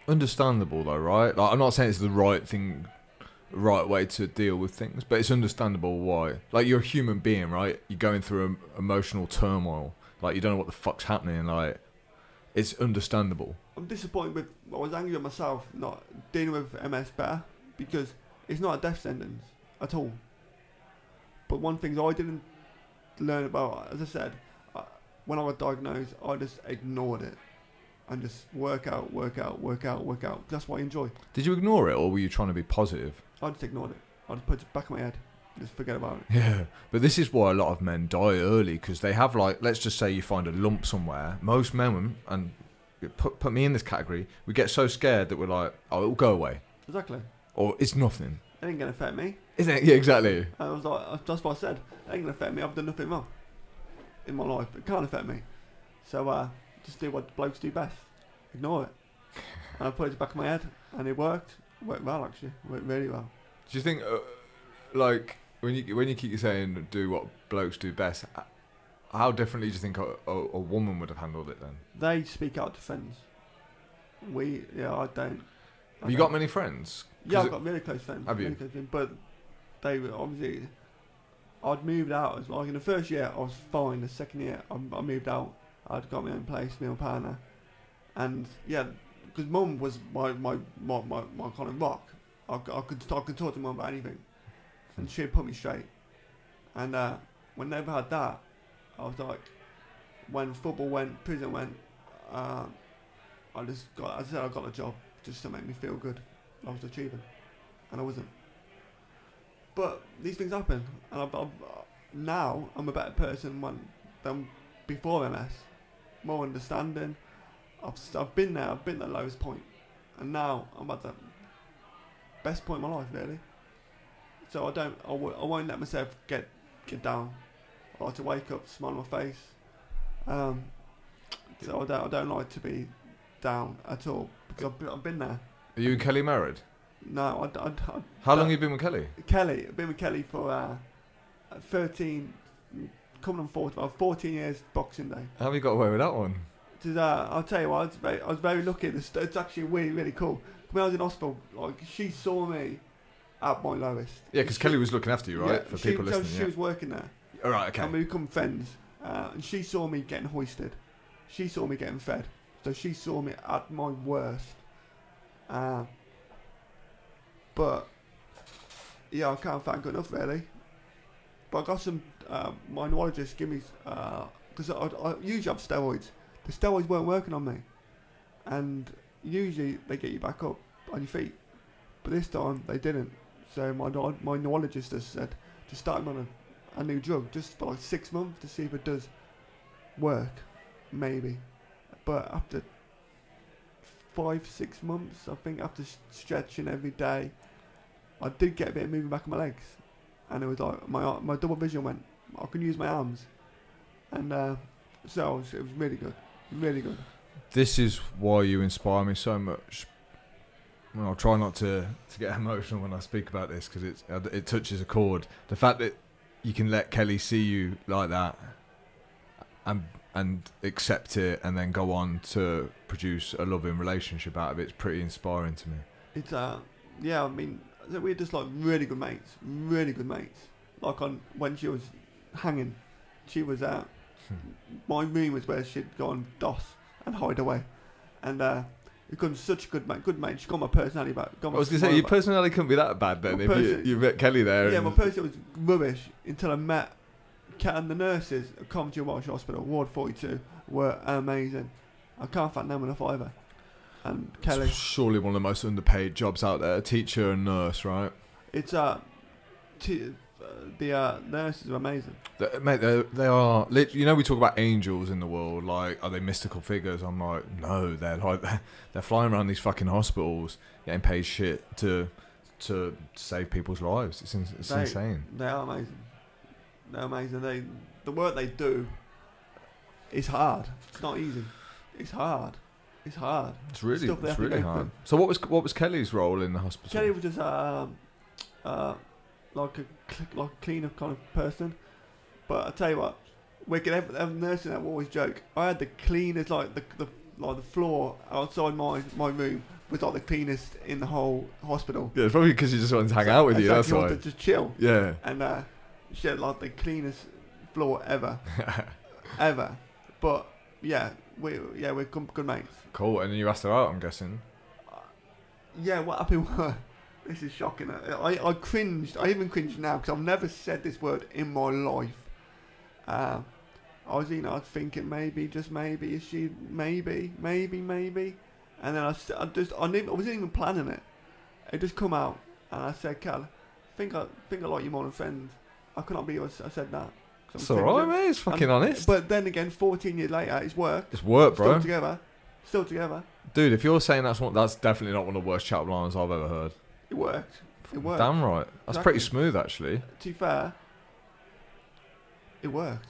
[SPEAKER 2] Understandable though, right? Like, I'm not saying it's the right thing, right way to deal with things, but it's understandable why. Like you're a human being, right? You're going through em- emotional turmoil. Like you don't know what the fuck's happening. Like it's understandable.
[SPEAKER 1] I'm disappointed with. I was angry at myself not dealing with MS better because it's not a death sentence at all. But one thing I didn't learn about, as I said, I, when I was diagnosed, I just ignored it and just work out, work out, work out, work out. That's what I enjoy.
[SPEAKER 2] Did you ignore it, or were you trying to be positive?
[SPEAKER 1] I just ignored it. I just put it back in my head, just forget about it.
[SPEAKER 2] Yeah, but this is why a lot of men die early because they have like, let's just say you find a lump somewhere. Most men and put put me in this category, we get so scared that we're like, oh, it'll go away,
[SPEAKER 1] Exactly.
[SPEAKER 2] or it's nothing,
[SPEAKER 1] It ain't gonna affect me.
[SPEAKER 2] isn't it? Yeah, exactly.
[SPEAKER 1] I was like, uh, that's what I said. It ain't gonna affect me. I've done nothing wrong in my life. It can't affect me. So uh, just do what blokes do best. Ignore it. And I put it to the back of my head, and it worked. Worked well actually. Worked really well.
[SPEAKER 2] Do you think, uh, like, when you when you keep saying do what blokes do best, h- how differently do you think a, a, a woman would have handled it then?
[SPEAKER 1] They speak out to friends. We, yeah, I don't. I
[SPEAKER 2] Have you
[SPEAKER 1] don't-
[SPEAKER 2] got many friends? 'Cause
[SPEAKER 1] Yeah, I've
[SPEAKER 2] it-
[SPEAKER 1] got really close friends.
[SPEAKER 2] Have you?
[SPEAKER 1] Really close friends, but they were obviously. I'd moved out as well. Like in the first year, I was fine. The second year, I, I moved out. I'd got my own place, my own partner, and yeah, because mum was my my, my, my, my kind of rock. I, c- I could I could talk to mum about anything, and she'd put me straight. And uh, when they had that, I was like, when football went, prison went, uh, I just got. As I said, I got a job just to make me feel good. I was achieving, and I wasn't. But these things happen, and I've, I've, now I'm a better person when, than before MS. More understanding. I've, s- I've been there. I've been at the lowest point, and now I'm at the best point in my life, really. So I don't. I, w- I won't let myself get get down. I like to wake up, smile on my face. Um, so I don't. I don't like to be down at all because I've, been- I've been there.
[SPEAKER 2] Are you and Kelly married?
[SPEAKER 1] No, I'd, I'd, I'd,
[SPEAKER 2] How
[SPEAKER 1] No.
[SPEAKER 2] long have you been with Kelly?
[SPEAKER 1] Kelly. I've been with Kelly for uh, 13, coming on 14, well, 14 years Boxing Day.
[SPEAKER 2] How have you got away with that one?
[SPEAKER 1] This is, uh, I'll tell you what, I was very, I was very lucky. This, it's actually really, really cool. When I was in hospital, like she saw me at my lowest.
[SPEAKER 2] Yeah, because
[SPEAKER 1] She-
[SPEAKER 2] Kelly was looking after you, right?
[SPEAKER 1] yeah,
[SPEAKER 2] For
[SPEAKER 1] she,
[SPEAKER 2] people
[SPEAKER 1] so
[SPEAKER 2] listening.
[SPEAKER 1] She was working there,
[SPEAKER 2] yeah. All right.
[SPEAKER 1] and
[SPEAKER 2] Okay.
[SPEAKER 1] we become friends. Uh, and she saw me getting hoisted. She saw me getting fed. So she saw me at my worst. Uh, but yeah, I can't thank her enough really. But I got some. Uh, my neurologist give me because I, I usually have steroids. The steroids weren't working on me, and usually they get you back up on your feet. But this time they didn't. So my neu- my neurologist has said to start him on a, a new drug just for like six months to see if it does work, maybe. But after five six months, I think after s- stretching every day, I did get a bit of moving back in my legs, and it was like my ar- my double vision went. I can use my arms, and uh, so it was, it was really good, really good.
[SPEAKER 2] This is why you inspire me so much. Well, I'll try not to, to get emotional when I speak about this because it it touches a chord. The fact that you can let Kelly see you like that and and accept it and then go on to produce a loving relationship out of it is pretty inspiring to me.
[SPEAKER 1] It's uh, yeah. I mean, so we're just like really good mates, really good mates. Like on when she was hanging, she was uh,
[SPEAKER 2] Hmm.
[SPEAKER 1] my room was where she'd go and DOS and hide away, and uh, become such a good mate. Good mate. She got my personality back. Got
[SPEAKER 2] I
[SPEAKER 1] my
[SPEAKER 2] was going to
[SPEAKER 1] smile
[SPEAKER 2] say, your um,
[SPEAKER 1] back.
[SPEAKER 2] personality couldn't be that bad then
[SPEAKER 1] My
[SPEAKER 2] if you,
[SPEAKER 1] person-
[SPEAKER 2] you met Kelly there.
[SPEAKER 1] Yeah,
[SPEAKER 2] and-
[SPEAKER 1] my personality was rubbish until I met Kat and the nurses at Coventry Welsh Hospital, Ward 42, were amazing. I can't thank them enough either. And Kelly,
[SPEAKER 2] It's surely one of the most underpaid jobs out there. Teacher and nurse, right?
[SPEAKER 1] it's uh, t- uh, the uh, nurses are amazing.
[SPEAKER 2] Th- Mate, they they are. lit- You know, we talk about angels in the world. Like, are they mystical figures? I'm like, no. They're like, they're flying around these fucking hospitals, getting paid shit to to save people's lives. It's, in, it's
[SPEAKER 1] They-
[SPEAKER 2] insane.
[SPEAKER 1] They are amazing. They're amazing. They the work they do is hard. It's not easy. It's hard. It's hard.
[SPEAKER 2] It's really,
[SPEAKER 1] Stuff they
[SPEAKER 2] it's
[SPEAKER 1] have to
[SPEAKER 2] really
[SPEAKER 1] go
[SPEAKER 2] hard. So what was what was Kelly's role in the hospital?
[SPEAKER 1] Kelly was just um, uh, like a cl- like a cleaner kind of person, but I tell you what, we could have, have nursing that will always joke. I had the cleanest like the, the like the floor outside my my room was like the cleanest in the whole hospital.
[SPEAKER 2] yeah, it's probably because he just wanted to hang out with you.
[SPEAKER 1] Exactly,
[SPEAKER 2] That's why.
[SPEAKER 1] wanted to chill,
[SPEAKER 2] Yeah.
[SPEAKER 1] and uh, she had like the cleanest floor ever, ever. But yeah, we yeah we're good, good mates.
[SPEAKER 2] Cool. And you asked her out, I'm guessing.
[SPEAKER 1] Yeah, what happened were. This is shocking. I, I cringed. I even cringe now because I've never said this word in my life. Um, I was, you know, I was thinking maybe, just maybe, is she, maybe, maybe, maybe. And then I, s- I just, I, knew, I wasn't even planning it. It just come out. And I said, Cal, I think I, think I like you more than friends. I cannot believe I s- I said that. 'cause I'm
[SPEAKER 2] It's alright,
[SPEAKER 1] cringing.
[SPEAKER 2] mate. It's fucking
[SPEAKER 1] And-
[SPEAKER 2] honest.
[SPEAKER 1] But then again, 14 years later, it's work.
[SPEAKER 2] it's work, bro.
[SPEAKER 1] Still together. Still together.
[SPEAKER 2] Dude, if you're saying that's one, that's definitely not one of the worst chat lines I've ever heard.
[SPEAKER 1] It worked. It worked.
[SPEAKER 2] Damn right. That's
[SPEAKER 1] Exactly.
[SPEAKER 2] pretty smooth, actually.
[SPEAKER 1] to be fair, it worked.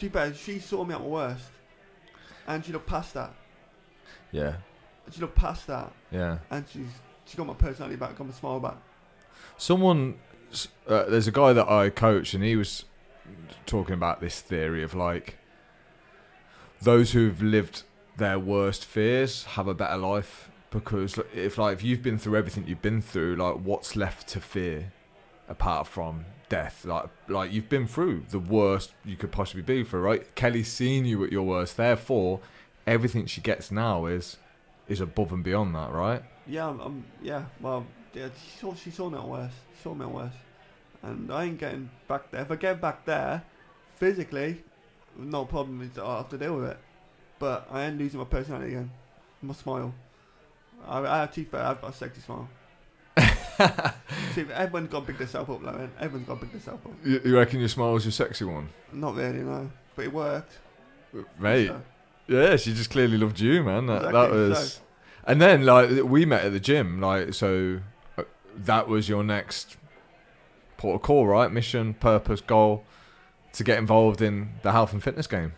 [SPEAKER 1] To be fair, she saw me at my worst, and she looked past that.
[SPEAKER 2] Yeah.
[SPEAKER 1] She looked past that,
[SPEAKER 2] Yeah.
[SPEAKER 1] and she's she got my personality back, got my smile back.
[SPEAKER 2] Someone, s- uh, there's a guy that I coach, and he was talking about this theory of like those who've lived their worst fears have a better life because like, if like if you've been through everything you've been through, like what's left to fear apart from death? Like like you've been through the worst you could possibly be through, right? Kelly's seen you at your worst, therefore everything she gets now is is above and beyond that, right?
[SPEAKER 1] Yeah, I'm, I'm yeah. Well, yeah, she saw she saw me at my worst. She saw me at my worst, and I ain't getting back there. If I get back there, physically, no problem. It's, I'll have to deal with it. But I am losing my personality again. My smile. I, I to be fair, I've got a sexy smile. See, everyone's got to pick themselves up, like, man. Everyone's got to pick themselves up.
[SPEAKER 2] You, you reckon your smile's your sexy one?
[SPEAKER 1] Not really, no. But it worked.
[SPEAKER 2] Mate,
[SPEAKER 1] So,
[SPEAKER 2] yeah, she just clearly loved you, man. That, that
[SPEAKER 1] Exactly,
[SPEAKER 2] was, and then like we met at the gym, like so, uh, that was your next port of call, right? Mission, purpose, goal to get involved in the health and fitness game.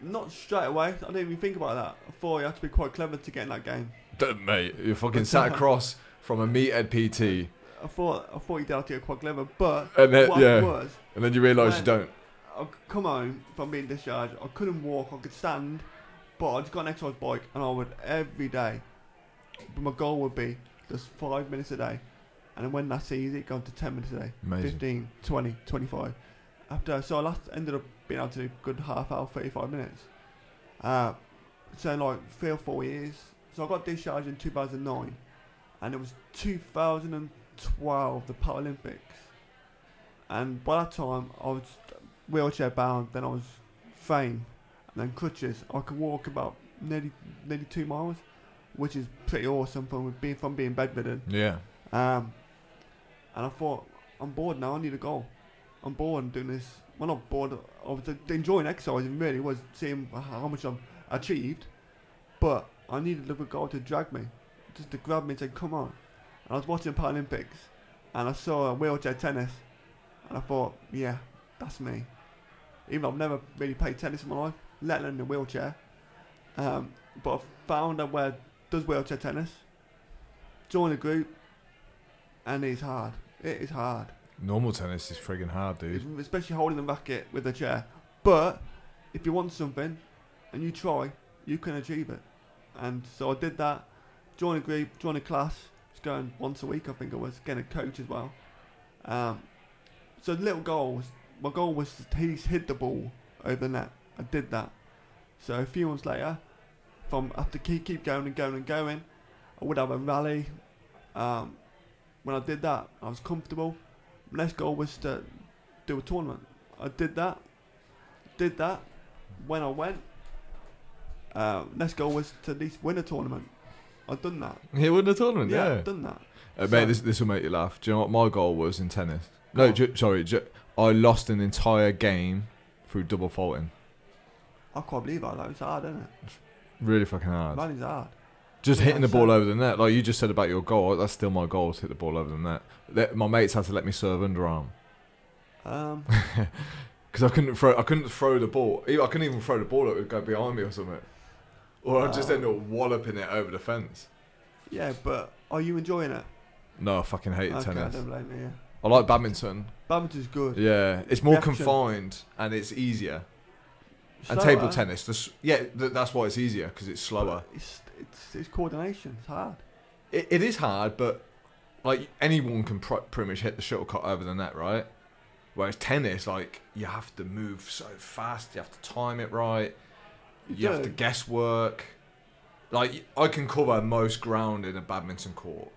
[SPEAKER 1] not straight away. I didn't even think about that. I thought you had to be quite clever to get in that game.
[SPEAKER 2] Duh, mate, you're fucking sat across from a meathead PT,
[SPEAKER 1] I thought I thought you did have to get quite clever, but
[SPEAKER 2] and then
[SPEAKER 1] what
[SPEAKER 2] yeah,
[SPEAKER 1] it was,
[SPEAKER 2] and then you realise you
[SPEAKER 1] Right.
[SPEAKER 2] don't.
[SPEAKER 1] I c- come home from being discharged. I couldn't walk. I could stand, but I just got an exercise bike, and I would every day. But my goal would be just five minutes a day, and then when that's easy, go to ten minutes a day.
[SPEAKER 2] Amazing.
[SPEAKER 1] 15, 20, 25. After, so I last ended up being able to do a good half hour, 35 minutes. Uh, so like three or four years. So I got discharged in 2009, and it was 2012, the Paralympics. And by that time, I was wheelchair bound, then I was fame, and then crutches. I could walk about nearly, nearly two miles, which is pretty awesome from being, from being bedridden.
[SPEAKER 2] Yeah,
[SPEAKER 1] Um, and I thought, I'm bored now. I need a goal. I'm bored doing this. Well, not bored. I was enjoying exercise. It really was seeing how much I've achieved. But I needed a goal to drag me, just to grab me and say, "Come on." And I was watching Paralympics, and I saw wheelchair tennis, and I thought, "Yeah, that's me." Even though I've never really played tennis in my life, let alone in a wheelchair. Um, but I found out where does wheelchair tennis. Join a group, and it's hard. It is hard,
[SPEAKER 2] normal tennis is friggin' hard,
[SPEAKER 1] It's-
[SPEAKER 2] dude.
[SPEAKER 1] especially holding the racket with a chair. But if you want something and you try, you can achieve it. And so I did that. Joined a group, joined a class. It's going once a week, I think I was. Getting a coach as well. Um, so little goals. My goal was to he's hit the ball over the net. I did that. So a few months later, from after keep keep going and going and going, I would have a rally. Um, when I did that, I was comfortable. My next goal was to do a tournament. I did that. Did that. When I went, uh, next goal was to at least win a tournament. I've done that.
[SPEAKER 2] He won the tournament.
[SPEAKER 1] Yeah,
[SPEAKER 2] Oh, Yeah,
[SPEAKER 1] I've done that.
[SPEAKER 2] Uh,
[SPEAKER 1] So-
[SPEAKER 2] mate, this this will make you laugh. Do you know what my goal was in tennis? No,
[SPEAKER 1] Oh.
[SPEAKER 2] ju- sorry, ju- I lost an entire game through double faulting.
[SPEAKER 1] I can't believe that. Like, it's hard, isn't it?
[SPEAKER 2] Really fucking hard.
[SPEAKER 1] Rally's hard.
[SPEAKER 2] Just
[SPEAKER 1] Yeah,
[SPEAKER 2] hitting the ball
[SPEAKER 1] so-
[SPEAKER 2] over the net, like you just said about your goal. That's still my goal to hit the ball over the net. Let, my mates had to let me serve underarm
[SPEAKER 1] Um,
[SPEAKER 2] because I couldn't throw. I couldn't throw the ball. E- I couldn't even throw the ball. It would go behind me or something. or I'll just
[SPEAKER 1] Ah.
[SPEAKER 2] end up walloping it over the fence.
[SPEAKER 1] Yeah, but are you enjoying it?
[SPEAKER 2] No, I fucking hate
[SPEAKER 1] okay, I
[SPEAKER 2] tennis.
[SPEAKER 1] don't blame you. Yeah.
[SPEAKER 2] I like badminton.
[SPEAKER 1] Badminton's good.
[SPEAKER 2] Yeah, it's more
[SPEAKER 1] Reaction.
[SPEAKER 2] confined and it's easier. and
[SPEAKER 1] Slower.
[SPEAKER 2] table tennis, the, s- yeah, th- that's why it's easier because it's slower.
[SPEAKER 1] It's, it's it's coordination. It's hard.
[SPEAKER 2] It, it is hard, but like anyone can pr- pretty much hit the shuttlecock over the net, right? Whereas tennis, like you have to move so fast, you have to time it right,
[SPEAKER 1] You
[SPEAKER 2] you, have to
[SPEAKER 1] do.
[SPEAKER 2] guesswork. Like I can cover most ground in a badminton court,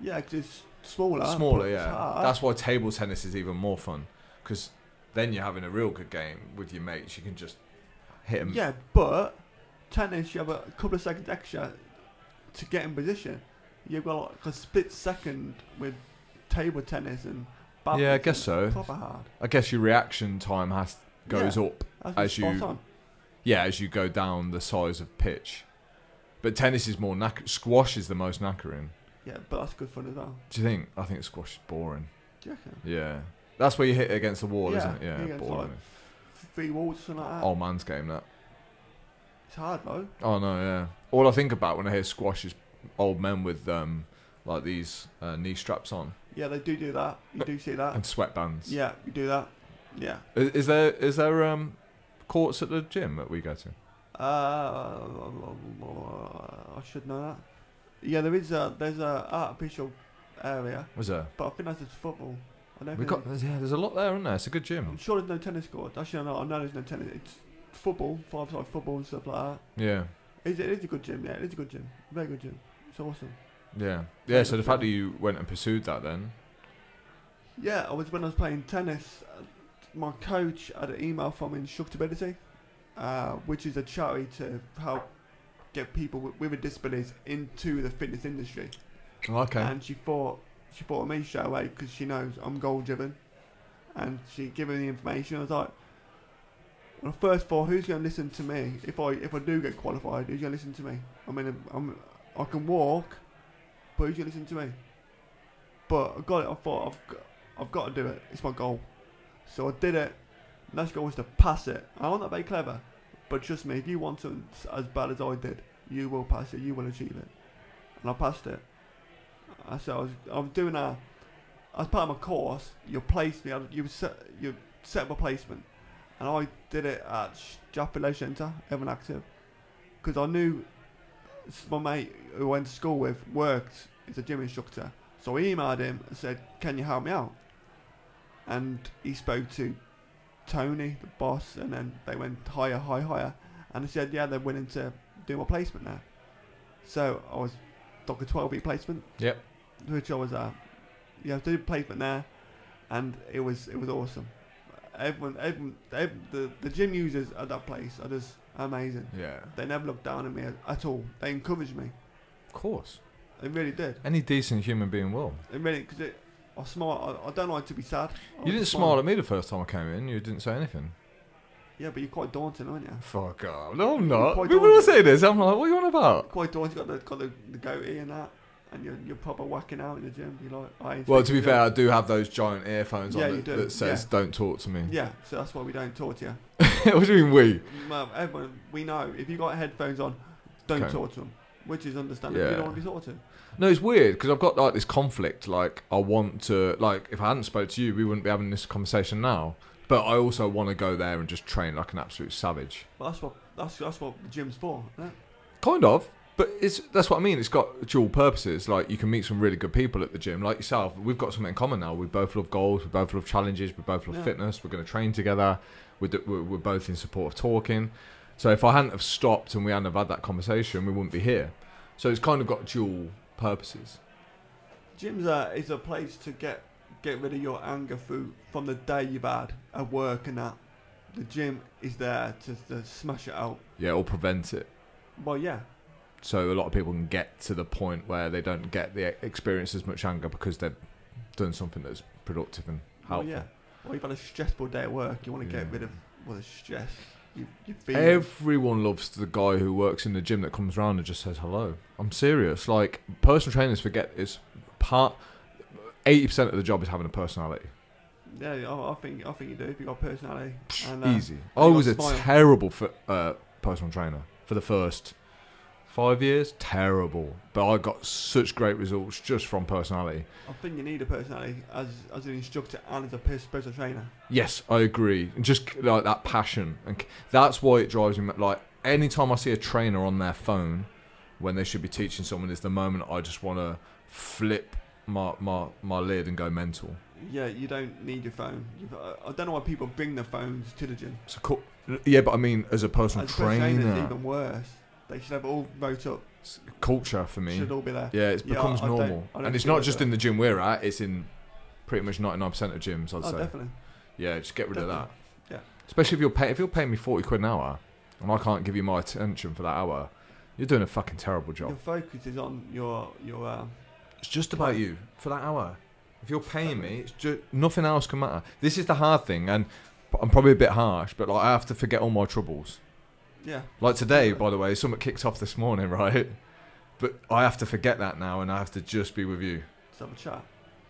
[SPEAKER 1] Yeah, 'cause it's smaller. but
[SPEAKER 2] smaller,
[SPEAKER 1] it's
[SPEAKER 2] yeah.
[SPEAKER 1] hard.
[SPEAKER 2] That's why table tennis is even more fun because then you're having a real good game with your mates. You can just hit them.
[SPEAKER 1] Yeah, but tennis, you have a couple of seconds extra to get in position. You've got like a split second with table tennis and badminton.
[SPEAKER 2] Yeah, I guess so.
[SPEAKER 1] Proper hard.
[SPEAKER 2] I guess your reaction time has goes up
[SPEAKER 1] That's
[SPEAKER 2] As
[SPEAKER 1] spot
[SPEAKER 2] you-
[SPEAKER 1] on.
[SPEAKER 2] yeah, as you go down the size of pitch. But tennis is more knack- squash is the most knackering.
[SPEAKER 1] Yeah, but that's good fun as well.
[SPEAKER 2] Do you think? I think squash is boring.
[SPEAKER 1] Do you reckon?
[SPEAKER 2] Yeah, that's where you hit against the wall,
[SPEAKER 1] Yeah,
[SPEAKER 2] isn't Oh. it? Yeah,
[SPEAKER 1] yeah, it's
[SPEAKER 2] boring.
[SPEAKER 1] like- Three walls or something like that.
[SPEAKER 2] Old man's game that.
[SPEAKER 1] It's hard though.
[SPEAKER 2] Oh no, yeah. All I think about when I hear squash is old men with um like these uh, knee straps on
[SPEAKER 1] Yeah, they do do that. You do see that.
[SPEAKER 2] and sweatbands.
[SPEAKER 1] Yeah, you do that. Yeah.
[SPEAKER 2] I- Is, there is there um courts at the gym that we go to?
[SPEAKER 1] Uh, I should know that. Yeah, there is a there's a artificial area,
[SPEAKER 2] Was there?
[SPEAKER 1] but I think that's just football. I don't
[SPEAKER 2] We
[SPEAKER 1] think
[SPEAKER 2] got there's- yeah. There's a lot there, isn't there? It's a good
[SPEAKER 1] I'm
[SPEAKER 2] gym.
[SPEAKER 1] sure there's no tennis court. Actually, no, I know there's no tennis. It's football, five-side football and stuff like
[SPEAKER 2] Yeah.
[SPEAKER 1] that. It's, it is a good gym, yeah. It is a good gym. Very good gym. It's awesome.
[SPEAKER 2] Yeah. Yeah, so the fact that you went and pursued that then.
[SPEAKER 1] Yeah, I was when I was playing tennis. uh, My coach had an email from Instructability, uh, which is a charity to help get people with, with disabilities into the fitness industry.
[SPEAKER 2] Okay.
[SPEAKER 1] And she thought she thought of me straight away because she knows I'm goal driven, and she gave me the information. I was like, well, first of all, who's going to listen to me if I if I do get qualified? Who's going to listen to me? I mean, I'm, I can walk, but who's going to listen to me? But I got it. I thought I've got, I've got to do it. It's my goal, so I did it. Next goal was to pass it. I am not very clever, but trust me, if you want something s- as bad as I did, you will pass it. You will achieve it. And I passed it. I said I was, I was doing a, as part of my course, your placement, you set, you set up a placement, and I did it at Jaffilay Centre, Evan Active, because I knew s- my mate who I went to school with worked as a gym instructor, so I emailed him and said, "Can you help me out?" And he spoke to Tony, the boss, and then they went higher, higher, higher, and they said, "Yeah, they're willing to do my placement now." So I was like a 12 week placement
[SPEAKER 2] Yep.
[SPEAKER 1] which I was at. Yeah, I did placement there, and it was it was awesome. Everyone, everyone, ev the the gym users at that place are just amazing.
[SPEAKER 2] Yeah.
[SPEAKER 1] They never looked down at me at, at all. They encouraged me.
[SPEAKER 2] Of course.
[SPEAKER 1] They really did.
[SPEAKER 2] Any decent human being will.
[SPEAKER 1] They really because I smile. I, I don't like to be sad. I
[SPEAKER 2] You
[SPEAKER 1] was
[SPEAKER 2] didn't smile at me the first time I came in. You didn't say anything.
[SPEAKER 1] Yeah, but you're quite daunting, aren't you?
[SPEAKER 2] Fuck off. No, I'm not.
[SPEAKER 1] Quite
[SPEAKER 2] People
[SPEAKER 1] daunting.
[SPEAKER 2] will say this. I'm like, what are you on about?
[SPEAKER 1] Quite daunting. Got the got the, the goatee and that, and you're you're proper whacking out in the gym. You're like, I ain't
[SPEAKER 2] Well, to
[SPEAKER 1] speaking
[SPEAKER 2] be fair, I do have those giant earphones
[SPEAKER 1] Yeah,
[SPEAKER 2] on
[SPEAKER 1] you do.
[SPEAKER 2] that, that says "Don't talk to me."
[SPEAKER 1] you. yeah. So that's why we don't talk to you.
[SPEAKER 2] what do you mean we?
[SPEAKER 1] Well, everyone, we know if you got headphones on, don't
[SPEAKER 2] Okay.
[SPEAKER 1] talk to them, which is understandable. You
[SPEAKER 2] Yeah.
[SPEAKER 1] don't want to be talked to.
[SPEAKER 2] No, it's weird because I've got like this conflict. Like, I want to like if I hadn't spoke to you, we wouldn't be having this conversation now. But I also want to go there and just train like an absolute savage.
[SPEAKER 1] But that's what that's that's what the gym's for. Isn't it?
[SPEAKER 2] Kind of. But it's that's what I mean. It's got dual purposes. Like you can meet some really good people at the gym, like yourself. We've got something in common now. We both love goals. We both love challenges. We both love
[SPEAKER 1] Yeah.
[SPEAKER 2] fitness. We're going to train together. We're, d- we're we're both in support of talking. So if I hadn't have stopped and we hadn't have had that conversation, we wouldn't be here. So it's kind of got dual purposes.
[SPEAKER 1] Gyms are is a place to get get rid of your anger through from the day you've had at work and that. The gym is there to, to smash it out.
[SPEAKER 2] Yeah, or prevent it.
[SPEAKER 1] Well, yeah,
[SPEAKER 2] So a lot of people can get to the point where they don't get the experience as much anger because they've done something that's productive and
[SPEAKER 1] well,
[SPEAKER 2] helpful.
[SPEAKER 1] yeah. Well, you've had a stressful day at work. You want to
[SPEAKER 2] Yeah.
[SPEAKER 1] get rid of well the stress. You you feel.
[SPEAKER 2] Everyone loves the guy who works in the gym that comes around and just says hello. I'm serious. Like personal trainers forget this part. Eighty percent of the job is having a personality.
[SPEAKER 1] yeah, I, I think I think you do if you have got personality.
[SPEAKER 2] Psh,
[SPEAKER 1] And, uh,
[SPEAKER 2] Easy.
[SPEAKER 1] you
[SPEAKER 2] I
[SPEAKER 1] got
[SPEAKER 2] was a
[SPEAKER 1] smile.
[SPEAKER 2] terrible fi- uh, personal trainer for the first Five years, terrible. But I got such great results just from personality.
[SPEAKER 1] I think you need a personality as as an instructor and as a pers- personal trainer.
[SPEAKER 2] Yes, I agree. And Just like that passion, and c- that's why it drives me. ma- Like anytime I see a trainer on their phone when they should be teaching someone, is the moment I just want to flip my my my lid and go mental.
[SPEAKER 1] Yeah, you don't need your phone. You've, I I don't know why people bring their phones to the gym.
[SPEAKER 2] So cool. Yeah, but I mean, as a personal
[SPEAKER 1] As a personal trainer, it's
[SPEAKER 2] trainer,
[SPEAKER 1] even worse. They should have it all wrote up.
[SPEAKER 2] s- culture for me.
[SPEAKER 1] Should all be there.
[SPEAKER 2] Yeah, it
[SPEAKER 1] Yeah,
[SPEAKER 2] becomes
[SPEAKER 1] I don't-
[SPEAKER 2] normal,
[SPEAKER 1] I don't
[SPEAKER 2] and it's
[SPEAKER 1] feel
[SPEAKER 2] not
[SPEAKER 1] it
[SPEAKER 2] just
[SPEAKER 1] though.
[SPEAKER 2] in the gym we're at. It's in pretty much ninety nine percent of gyms. I'd
[SPEAKER 1] oh,
[SPEAKER 2] say.
[SPEAKER 1] definitely.
[SPEAKER 2] Yeah, just get rid of
[SPEAKER 1] Definitely.
[SPEAKER 2] that.
[SPEAKER 1] Yeah.
[SPEAKER 2] Especially if you're pay- if you're paying me forty quid an hour, and I can't give you my attention for that hour, you're doing a fucking terrible
[SPEAKER 1] Your
[SPEAKER 2] job.
[SPEAKER 1] focus is on your your. Uh,
[SPEAKER 2] It's just about you for that hour. If you're paying me, it's just nothing else can matter. This is the hard thing, and I'm probably a bit harsh, but like I have to forget all my troubles.
[SPEAKER 1] yeah.
[SPEAKER 2] Like today, by the way, something kicked off this morning, right? But I have to forget that now, and I have to just be with you.
[SPEAKER 1] Let's have a chat.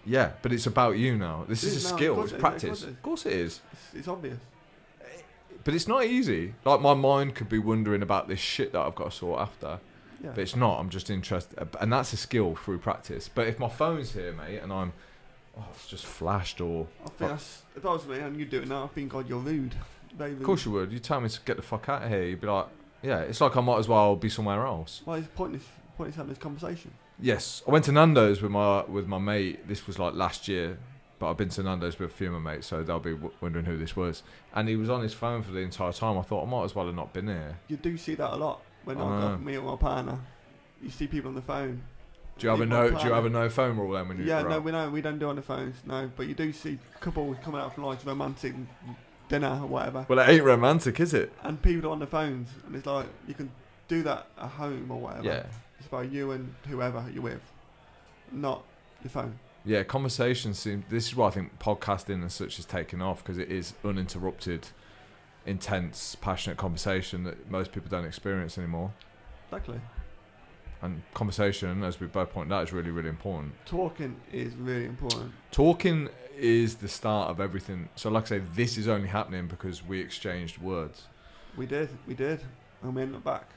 [SPEAKER 2] Yeah, but it's about you now. This
[SPEAKER 1] It
[SPEAKER 2] is
[SPEAKER 1] is
[SPEAKER 2] a
[SPEAKER 1] now, of
[SPEAKER 2] skill.
[SPEAKER 1] course
[SPEAKER 2] It's
[SPEAKER 1] it is, of
[SPEAKER 2] practice.
[SPEAKER 1] course it is.
[SPEAKER 2] Of course it is.
[SPEAKER 1] It's, it's obvious.
[SPEAKER 2] But it's not easy. Like my mind could be wondering about this shit that I've got to sort after,
[SPEAKER 1] Yeah.
[SPEAKER 2] but it's not. I'm just interested, and that's a skill through practice. But if my phone's here, mate, and I'm, oh, it's just flashed or.
[SPEAKER 1] I think that's, if I was me and you do it now, I think God, you're rude. Very rude.
[SPEAKER 2] Of course you would. You tell me to get the fuck out of here. You'd be like, yeah. It's like I might as well be somewhere else.
[SPEAKER 1] Well, it's pointless. Pointless having this conversation.
[SPEAKER 2] Yes, I went to Nando's with my with my mate. This was like last year, but I've been to Nando's with a few of my mates, so they'll be w- wondering who this was. And he was on his phone for the entire time. I thought I might as well have not been here.
[SPEAKER 1] You do see that a lot when
[SPEAKER 2] I
[SPEAKER 1] I
[SPEAKER 2] know.
[SPEAKER 1] got me and my partner. You see people on the phone.
[SPEAKER 2] Do you have a
[SPEAKER 1] Leave my
[SPEAKER 2] no? Do you
[SPEAKER 1] partner.
[SPEAKER 2] have a no phone rule then when you?
[SPEAKER 1] Yeah,
[SPEAKER 2] grow
[SPEAKER 1] no,
[SPEAKER 2] up?
[SPEAKER 1] we know we don't do on the phones, no. But you do see couples coming out for like romantic dinner or whatever,
[SPEAKER 2] Well, it ain't romantic, is it?
[SPEAKER 1] and people are on the phones, and it's like you can do that at home or whatever.
[SPEAKER 2] Yeah.
[SPEAKER 1] It's about you and whoever you're with, not your phone.
[SPEAKER 2] Yeah, conversations seem. This is why I think podcasting and such is taking off because it is uninterrupted, intense, passionate conversation that most people don't experience anymore.
[SPEAKER 1] Exactly.
[SPEAKER 2] And conversation, as we both pointed out, is really, really important.
[SPEAKER 1] Talking is really important.
[SPEAKER 2] Talking is the start of everything. So, like I say, this is only happening because we exchanged words.
[SPEAKER 1] We did, we did, and we ended up back.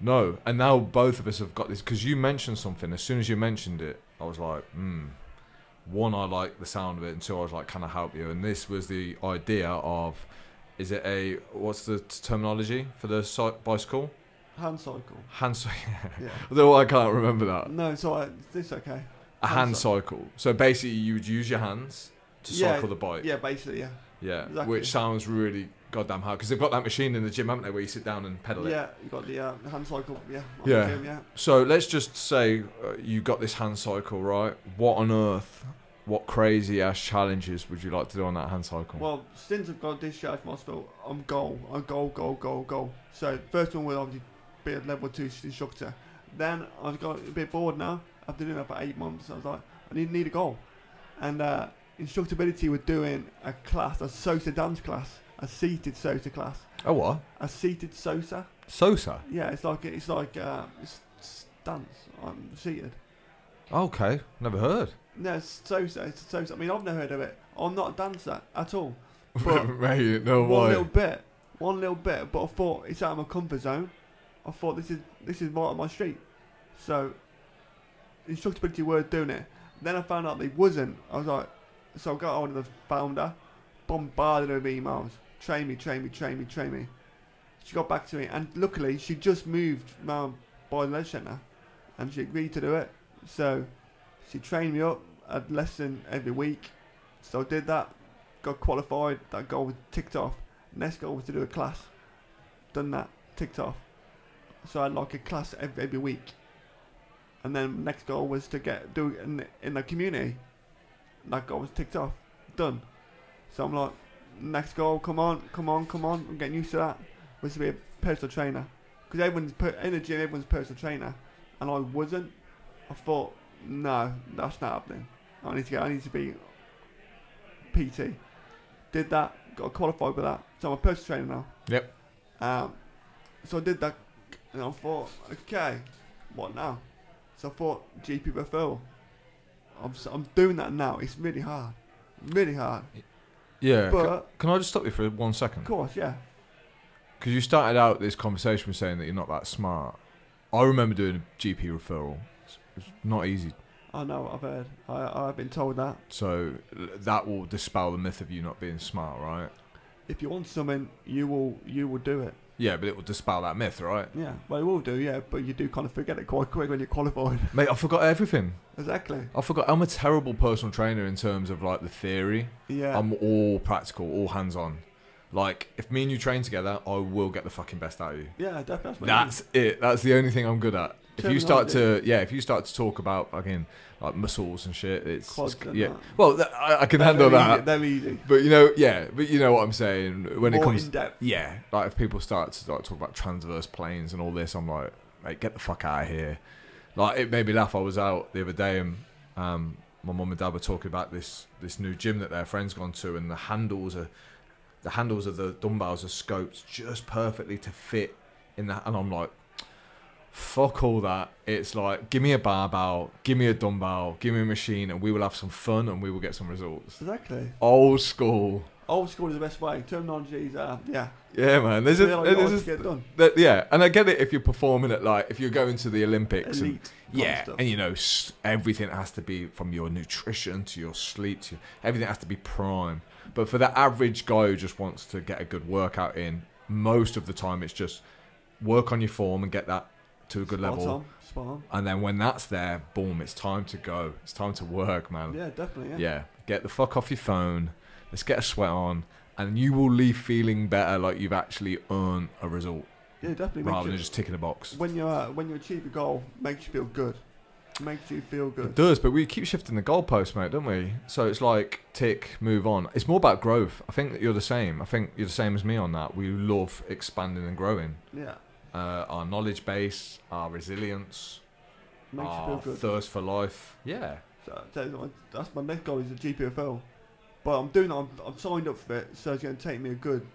[SPEAKER 2] No, and now both of us have got this because you mentioned something. As soon as you mentioned it, I was like, hmm. One, I like the sound of it, and two, I was like, can I help you? And this was the idea of, is it a what's the t- terminology for the cy- bicycle?
[SPEAKER 1] Hand cycle.
[SPEAKER 2] Hand cycle.
[SPEAKER 1] Yeah.
[SPEAKER 2] Although I can't remember that.
[SPEAKER 1] No, it's alright. It's okay.
[SPEAKER 2] A
[SPEAKER 1] Hand
[SPEAKER 2] hand
[SPEAKER 1] cy-
[SPEAKER 2] cycle. So basically, you would use your hands to
[SPEAKER 1] Yeah,
[SPEAKER 2] cycle the bike.
[SPEAKER 1] Yeah, basically, yeah.
[SPEAKER 2] Yeah,
[SPEAKER 1] Exactly.
[SPEAKER 2] which sounds really goddamn hard because they've got that machine in the gym, haven't they, where you sit down and pedal it.
[SPEAKER 1] Yeah, you got the uh, hand cycle. Yeah. on the
[SPEAKER 2] Yeah.
[SPEAKER 1] gym, yeah.
[SPEAKER 2] So let's just say uh, you got this hand cycle, right? What on earth, what crazy ass challenges would you like to do on that hand cycle?
[SPEAKER 1] Well, since I've got discharged from hospital, I'm goal. I'm goal, goal, goal, goal. So first one will obviously be a level two instructor. Then I was got a bit bored now. I've been doing that for eight months. I was like, I need, need a goal. And uh, instructability were doing a class, a Sosa dance class, a seated Sosa class,
[SPEAKER 2] oh, what?
[SPEAKER 1] a seated Sosa.
[SPEAKER 2] Sosa.
[SPEAKER 1] Yeah, it's like it's like uh, it's, it's dance. I'm seated.
[SPEAKER 2] Okay, never heard.
[SPEAKER 1] No, it's Sosa. It's Sosa. I mean, I've never heard of it. I'm not a dancer at all. But
[SPEAKER 2] Mate, no
[SPEAKER 1] one little
[SPEAKER 2] way.
[SPEAKER 1] bit, one little bit. But I thought it's out of my comfort zone. I thought this is this is right on my street. So instructability were doing it. Then I found out they wasn't. I was like, so I got hold of the founder, bombarded her with emails, train me, train me, train me, train me. She got back to me, and luckily she just moved round by the leisure centre, and she agreed to do it. So she trained me up. I'd lesson every week, so I did that got qualified, that goal was ticked off. Next goal was to do a class, done that, ticked off. So I had like a class every, every week. And then next goal was to get do it in, in the community. That goal was ticked off, done. So I'm like, next goal, come on, come on, come on. I'm getting used to that. Was to be a personal trainer, because everyone's per- in the gym, everyone's a personal trainer, and I wasn't. I thought, no, that's not happening. I need to get, I need to be PT. Did that, got qualified with that. So I'm a personal trainer now.
[SPEAKER 2] Yep.
[SPEAKER 1] Um, so I did that, and I thought, okay, what now? So I thought GP referral. I'm s- I'm doing that now. It's really hard, really hard.
[SPEAKER 2] Yeah. c-
[SPEAKER 1] But
[SPEAKER 2] Can I just stop you for one
[SPEAKER 1] of
[SPEAKER 2] second?
[SPEAKER 1] course, yeah,
[SPEAKER 2] Because you started out this conversation with saying that you're not that smart. I remember doing a GP referral. It's, it's not easy.
[SPEAKER 1] I know. I've heard. I, I've been told that.
[SPEAKER 2] So l- that will dispel the myth of you not being smart, right?
[SPEAKER 1] If you want something, you will you will do it.
[SPEAKER 2] Yeah, but it will dispel that myth, right?
[SPEAKER 1] Yeah, well, it will do. Yeah, but you do kind of forget it quite quick when you're qualified.
[SPEAKER 2] Mate, I forgot everything.
[SPEAKER 1] exactly.
[SPEAKER 2] I forgot. I'm a terrible personal trainer in terms of like the theory.
[SPEAKER 1] Yeah.
[SPEAKER 2] I'm all practical, all hands on. Like if me and you train together, I will get the fucking best out of you.
[SPEAKER 1] yeah, definitely.
[SPEAKER 2] That's it. That's the only thing I'm good at. If you start to
[SPEAKER 1] Terminology.
[SPEAKER 2] yeah, if you start to talk about again like muscles and shit, it's,
[SPEAKER 1] Quads
[SPEAKER 2] it's-
[SPEAKER 1] and
[SPEAKER 2] yeah.
[SPEAKER 1] that.
[SPEAKER 2] Well, th- I, I can
[SPEAKER 1] They're
[SPEAKER 2] handle
[SPEAKER 1] very
[SPEAKER 2] that.
[SPEAKER 1] Easy. They're easy.
[SPEAKER 2] But you know, yeah, but you know what I'm saying when
[SPEAKER 1] More
[SPEAKER 2] it comes
[SPEAKER 1] in depth.
[SPEAKER 2] yeah, like if people start to like talk about transverse planes and all this, I'm like, mate, get the fuck out of here. Like it made me laugh. I was out the other day and um, my mum and dad were talking about this this new gym that their friend's gone to, and the handles are the handles of the dumbbells are scoped just perfectly to fit in that. And I'm like, fuck all that. It's like, give me a barbell, give me a dumbbell, give me a machine, and we will have some fun and we will get some results.
[SPEAKER 1] Exactly.
[SPEAKER 2] Old school.
[SPEAKER 1] Old school is the best way. Terminologies are uh, yeah.
[SPEAKER 2] Yeah, man. There's a,
[SPEAKER 1] They're like
[SPEAKER 2] there's
[SPEAKER 1] yours
[SPEAKER 2] a
[SPEAKER 1] to get done.
[SPEAKER 2] that, yeah, and I get it if you're performing at like if you're going to the Olympics, and,
[SPEAKER 1] Elite. kind of
[SPEAKER 2] yeah,
[SPEAKER 1] stuff.
[SPEAKER 2] and you know s- everything has to be from your nutrition to your sleep to your, everything has to be prime. But for the average guy who just wants to get a good workout in, most of the time it's just work on your form and get that to a good
[SPEAKER 1] Spot
[SPEAKER 2] level,
[SPEAKER 1] on, spot on.
[SPEAKER 2] and then when that's there, boom, it's time to go. It's time to work, man.
[SPEAKER 1] Yeah, definitely. Yeah.
[SPEAKER 2] Um, Yeah, get the fuck off your phone. Let's get a sweat on, and you will leave feeling better, like you've actually earned a result
[SPEAKER 1] Yeah, definitely. Makes
[SPEAKER 2] rather
[SPEAKER 1] you,
[SPEAKER 2] than just ticking a box.
[SPEAKER 1] when you uh, when you achieve a goal, makes you feel good. Makes you feel
[SPEAKER 2] It
[SPEAKER 1] good.
[SPEAKER 2] does, but we keep shifting the goalpost, mate, don't we? So it's like tick, move on. It's more about growth. I think that you're the same. I think you're the same as me on that. We love expanding and growing.
[SPEAKER 1] Yeah,
[SPEAKER 2] Uh, our knowledge base, our resilience,
[SPEAKER 1] makes you
[SPEAKER 2] our
[SPEAKER 1] feel good.
[SPEAKER 2] thirst for life. Yeah.
[SPEAKER 1] So, so that's my next goal is a GPFL, but I'm doing. I'm, I'm signed up for it, so it's going to take me a good,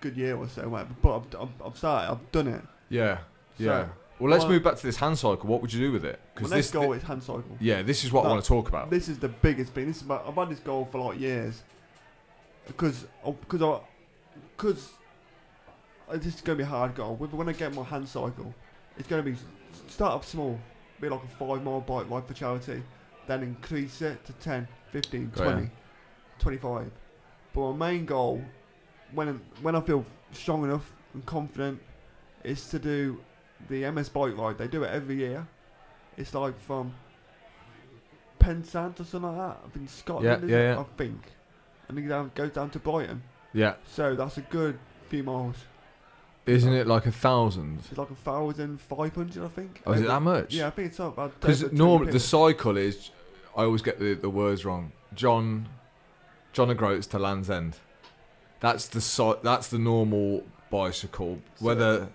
[SPEAKER 1] good year or so. Whatever. But I've, I've, I've started. I've done it.
[SPEAKER 2] Yeah.
[SPEAKER 1] So,
[SPEAKER 2] Yeah. well, let's
[SPEAKER 1] well-
[SPEAKER 2] move back to this hand cycle. What would you do with it?
[SPEAKER 1] My
[SPEAKER 2] this.
[SPEAKER 1] next goal
[SPEAKER 2] thi-
[SPEAKER 1] is hand cycle.
[SPEAKER 2] yeah, this is what I
[SPEAKER 1] No.
[SPEAKER 2] want to talk about.
[SPEAKER 1] This is the biggest thing. This is my, I've had this goal for like years, because because I because this is going to be a hard goal. When when I get my hand cycle, it's going to be start up small, be like a five mile bike ride for charity, then increase it to 10, 15,
[SPEAKER 2] Right.
[SPEAKER 1] 20, 25. But my main goal, when when I feel strong enough and confident, is to do the MS bike ride. They do it every year. It's like from Penzance or something like that. I think Scotland, is
[SPEAKER 2] yeah,
[SPEAKER 1] it?
[SPEAKER 2] yeah.
[SPEAKER 1] I think. And it down- goes down to Brighton.
[SPEAKER 2] Yeah.
[SPEAKER 1] So that's a good few miles.
[SPEAKER 2] Isn't it like a thousand?
[SPEAKER 1] It's like a thousand five hundred, I think.
[SPEAKER 2] Oh, is it
[SPEAKER 1] Over-
[SPEAKER 2] that much?
[SPEAKER 1] Yeah, I think it's about.
[SPEAKER 2] Because normally the cycle is, I always get the, the words wrong. John, John O'Groats to Land's End. That's the cy- That's the normal bicycle.
[SPEAKER 1] So-
[SPEAKER 2] Whether,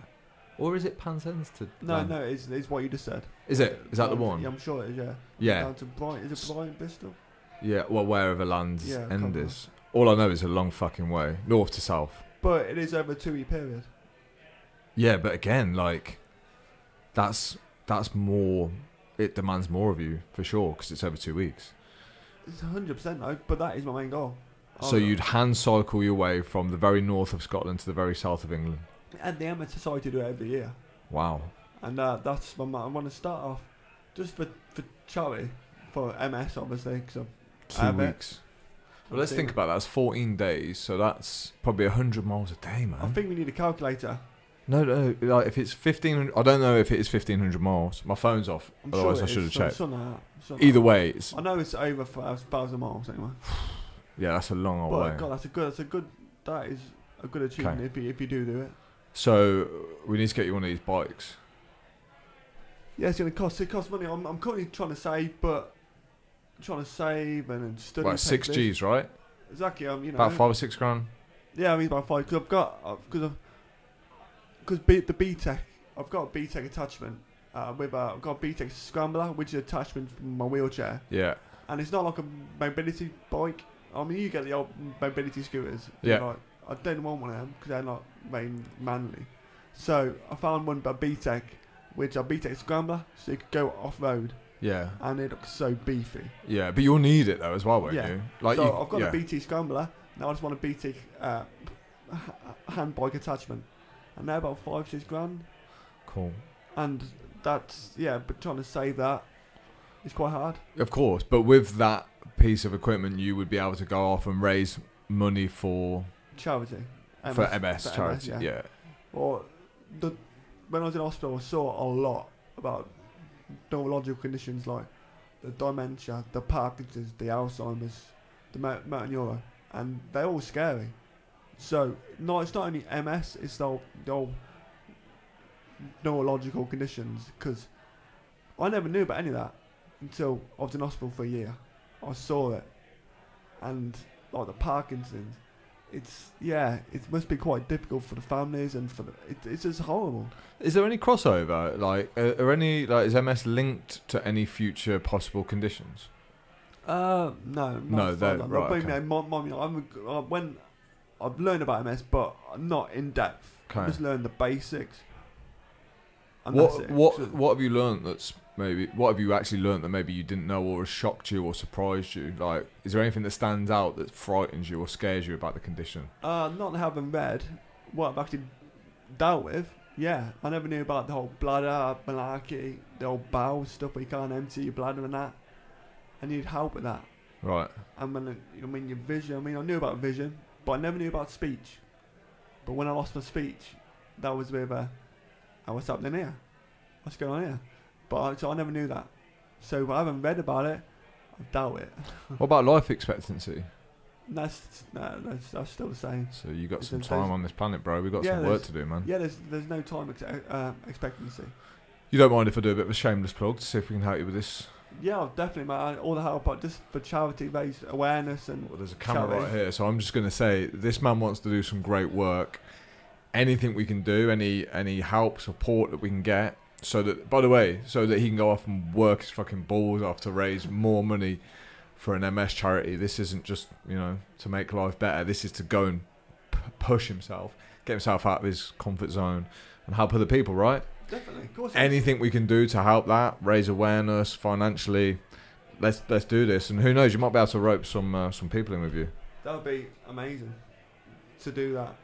[SPEAKER 2] or is it Penzance to?
[SPEAKER 1] No,
[SPEAKER 2] Land-
[SPEAKER 1] no, it's, it's what you just said.
[SPEAKER 2] Is it? Is that the
[SPEAKER 1] Yeah, I'm
[SPEAKER 2] one?
[SPEAKER 1] sure it is. Yeah.
[SPEAKER 2] Yeah,
[SPEAKER 1] Down to Brighton. Is
[SPEAKER 2] S-
[SPEAKER 1] it Brighton, Bristol?
[SPEAKER 2] yeah. Well, wherever Land's
[SPEAKER 1] Yeah,
[SPEAKER 2] End
[SPEAKER 1] probably.
[SPEAKER 2] is. All I know is a long fucking way, north to south.
[SPEAKER 1] But it is over a two-week period.
[SPEAKER 2] Yeah, but again, like, that's that's more. It demands more of you for sure because it's over two weeks.
[SPEAKER 1] It's 100 percent though. But that is my main goal.
[SPEAKER 2] So
[SPEAKER 1] Oh,
[SPEAKER 2] you'd hand cycle your way from the very north of Scotland to the very south of England.
[SPEAKER 1] and the Emma Society do it every year,
[SPEAKER 2] Wow.
[SPEAKER 1] and uh, that's my. ma- I want to start off just for for charity for MS obviously because
[SPEAKER 2] Two
[SPEAKER 1] I bet.
[SPEAKER 2] weeks. Well, let's think about that. That's 14 days, so that's probably 100 miles a day, man.
[SPEAKER 1] I think we need a calculator.
[SPEAKER 2] no, no, like if it's 1500, I don't know if it is 1500 miles. My phone's off,
[SPEAKER 1] I'm
[SPEAKER 2] otherwise
[SPEAKER 1] sure
[SPEAKER 2] I
[SPEAKER 1] it is,
[SPEAKER 2] should have
[SPEAKER 1] some-
[SPEAKER 2] checked.
[SPEAKER 1] something like that, something
[SPEAKER 2] Either
[SPEAKER 1] like
[SPEAKER 2] way, it's,
[SPEAKER 1] that. I know it's over a thousand miles anyway.
[SPEAKER 2] yeah, that's a long old way.
[SPEAKER 1] But God, that's a good. That's a good. That is a good achievement if you if you do do it.
[SPEAKER 2] So we need to get you one of these bikes.
[SPEAKER 1] Yeah, it's gonna cost. It costs money. I'm, I'm currently trying to save, but trying to save and, and study.
[SPEAKER 2] Like six
[SPEAKER 1] take this.
[SPEAKER 2] G's, right?
[SPEAKER 1] Exactly. Um, you know.
[SPEAKER 2] About five or six grand.
[SPEAKER 1] Yeah, I mean about five. Because I've got because because B, the B Tech. I've got a B Tech attachment. Uh, with uh, I've got a B Tech scrambler, which is attachment from my wheelchair,
[SPEAKER 2] Yeah.
[SPEAKER 1] and it's not like a mobility bike. I mean, you get the old mobility scooters.
[SPEAKER 2] Yeah.
[SPEAKER 1] Like, I don't want one of them because they're not main manly. So I found one by B Tech, which are B Tech scrambler, so you could go off road.
[SPEAKER 2] Yeah.
[SPEAKER 1] and it looks so beefy.
[SPEAKER 2] Yeah. But you'll need it, though, as well, won't
[SPEAKER 1] Yeah.
[SPEAKER 2] you? Like
[SPEAKER 1] so
[SPEAKER 2] you,
[SPEAKER 1] I've got
[SPEAKER 2] yeah.
[SPEAKER 1] a BT Scrambler. Now I just want a BT uh, h- hand bike attachment, and they're about five six grand.
[SPEAKER 2] Cool.
[SPEAKER 1] And that's yeah, but trying to say that is quite hard.
[SPEAKER 2] Of course, but with that piece of equipment, you would be able to go off and raise money for
[SPEAKER 1] Charity.
[SPEAKER 2] for MS charity.
[SPEAKER 1] yeah.
[SPEAKER 2] yeah.
[SPEAKER 1] Or the when I was in hospital, I saw a lot about neurological conditions like the dementia, the Parkinson's, the Alzheimer's, the mo- motor neuro, and they're all scary. So no, it's not only MS; it's the whole, the whole neurological conditions. Because I never knew about any of that until I was in hospital for a year. I saw it, and like the Parkinson's, it's yeah, it must be quite difficult for the families and for the, it, it's just horrible.
[SPEAKER 2] Is there any crossover? Like, are, are any like is MS linked to any future possible conditions?
[SPEAKER 1] Uh, no, not
[SPEAKER 2] No,
[SPEAKER 1] as
[SPEAKER 2] that-
[SPEAKER 1] far as I-
[SPEAKER 2] right,
[SPEAKER 1] but,
[SPEAKER 2] okay.
[SPEAKER 1] you know, my- my- you know, I'm, I when I've learned about MS, but not in depth. I
[SPEAKER 2] Okay.
[SPEAKER 1] just learned the basics. And that's
[SPEAKER 2] What
[SPEAKER 1] it.
[SPEAKER 2] what
[SPEAKER 1] So-
[SPEAKER 2] what have you learnt that's maybe what have you actually learnt that maybe you didn't know or has shocked you or surprised you? Like, is there anything that stands out that frightens you or scares you about the condition?
[SPEAKER 1] Uh, not having read what I've actually dealt with. Yeah, I never knew about the whole bladder malarkey, the whole bowel stuff where you can't empty your bladder and that. I need help with that.
[SPEAKER 2] Right.
[SPEAKER 1] And when it- you know, I mean your vision, I mean I knew about vision, but I never knew about speech. But when I lost my speech, that was with uh, oh, what's happening here? What's going on here? But I, so I never knew that. So I haven't read about it. I doubt it.
[SPEAKER 2] What about life expectancy?
[SPEAKER 1] And That's no, that's, that's still the same.
[SPEAKER 2] So you got
[SPEAKER 1] Is
[SPEAKER 2] some
[SPEAKER 1] there those-
[SPEAKER 2] time on this planet, bro. We got
[SPEAKER 1] Yeah,
[SPEAKER 2] some work
[SPEAKER 1] there's-
[SPEAKER 2] to do, man.
[SPEAKER 1] Yeah, there's there's no time ex- uh, expectancy.
[SPEAKER 2] You don't mind if I do a bit of a shameless plug to see if we can help you with this?
[SPEAKER 1] Yeah, I'll definitely, man. All the help, but just for charity raise awareness and
[SPEAKER 2] Well, there's a camera
[SPEAKER 1] Shall we?
[SPEAKER 2] right here, so I'm just going to say this man wants to do some great work. Anything we can do, any any help, support that we can get, so that by the way, so that he can go off and work his fucking balls off to raise more money for an MS charity. This isn't just you know to make life better. This is to go and p- push himself, get himself out of his comfort zone, and help other people. Right?
[SPEAKER 1] definitely, of course.
[SPEAKER 2] Anything we can do to help that, raise awareness financially. Let's let's do this, and who knows, you might be able to rope some uh, some people in with you.
[SPEAKER 1] that would be amazing to do that.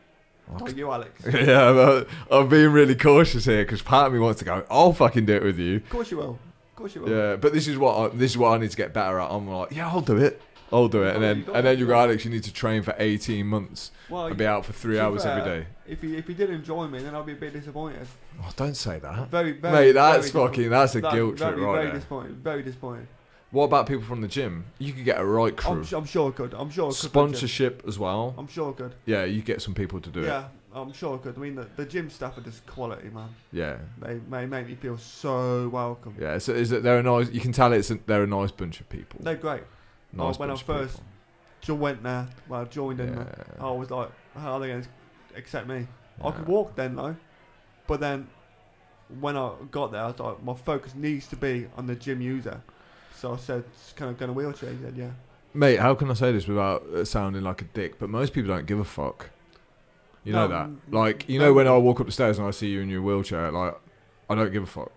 [SPEAKER 2] Well,
[SPEAKER 1] Like you, Alex. of
[SPEAKER 2] yeah, but I'm being really cautious here because part of me wants to go. I'll fucking do it with you.
[SPEAKER 1] course you will. Of course you will.
[SPEAKER 2] Yeah, but this is what I, this is what I need to get better at. I'm like, yeah, I'll do it. I'll do it, and
[SPEAKER 1] No,
[SPEAKER 2] then
[SPEAKER 1] you don't.
[SPEAKER 2] and then you go, Alex. You need to train for 18 months
[SPEAKER 1] Well,
[SPEAKER 2] and be out for three
[SPEAKER 1] to be
[SPEAKER 2] hours every
[SPEAKER 1] fair,
[SPEAKER 2] day.
[SPEAKER 1] if you if you did enjoy me, then I'd be a bit disappointed.
[SPEAKER 2] Oh, don't say that,
[SPEAKER 1] Very, very.
[SPEAKER 2] mate. That's
[SPEAKER 1] very
[SPEAKER 2] fucking that's a
[SPEAKER 1] disappointed.
[SPEAKER 2] guilt
[SPEAKER 1] very,
[SPEAKER 2] trip right
[SPEAKER 1] Very
[SPEAKER 2] there.
[SPEAKER 1] disappointed. Very disappointed.
[SPEAKER 2] What about people from the gym? You could get a right
[SPEAKER 1] I'm,
[SPEAKER 2] crew.
[SPEAKER 1] su- I'm sure I could. I'm sure I could. Richard.
[SPEAKER 2] Sponsorship as well.
[SPEAKER 1] I'm sure I could.
[SPEAKER 2] Yeah, you get some people to do it.
[SPEAKER 1] yeah, I'm sure I could. I mean, the, the gym staff are just quality, man.
[SPEAKER 2] Yeah,
[SPEAKER 1] They they make me feel so welcome.
[SPEAKER 2] yeah. So is that they're a nice? You can tell it's a, they're a nice bunch of people.
[SPEAKER 1] They're great.
[SPEAKER 2] nice
[SPEAKER 1] when I
[SPEAKER 2] bunch of
[SPEAKER 1] first
[SPEAKER 2] people.
[SPEAKER 1] Joe went there. Well, I joined uh, in. there.
[SPEAKER 2] Yeah.
[SPEAKER 1] I was like, how are they going to accept me? I could
[SPEAKER 2] Yeah.
[SPEAKER 1] walk then though, but then when I got there, I was like, my focus needs to be on the gym user. So I said, "Can I go in a wheelchair?" He said, "Yeah."
[SPEAKER 2] Mate, how can I say this without uh, sounding like a dick? But most people don't give a fuck. You know
[SPEAKER 1] No,
[SPEAKER 2] that.
[SPEAKER 1] mm,
[SPEAKER 2] Like, you
[SPEAKER 1] no.
[SPEAKER 2] know, when I walk up the stairs and I see you in your wheelchair, like, I don't give a fuck.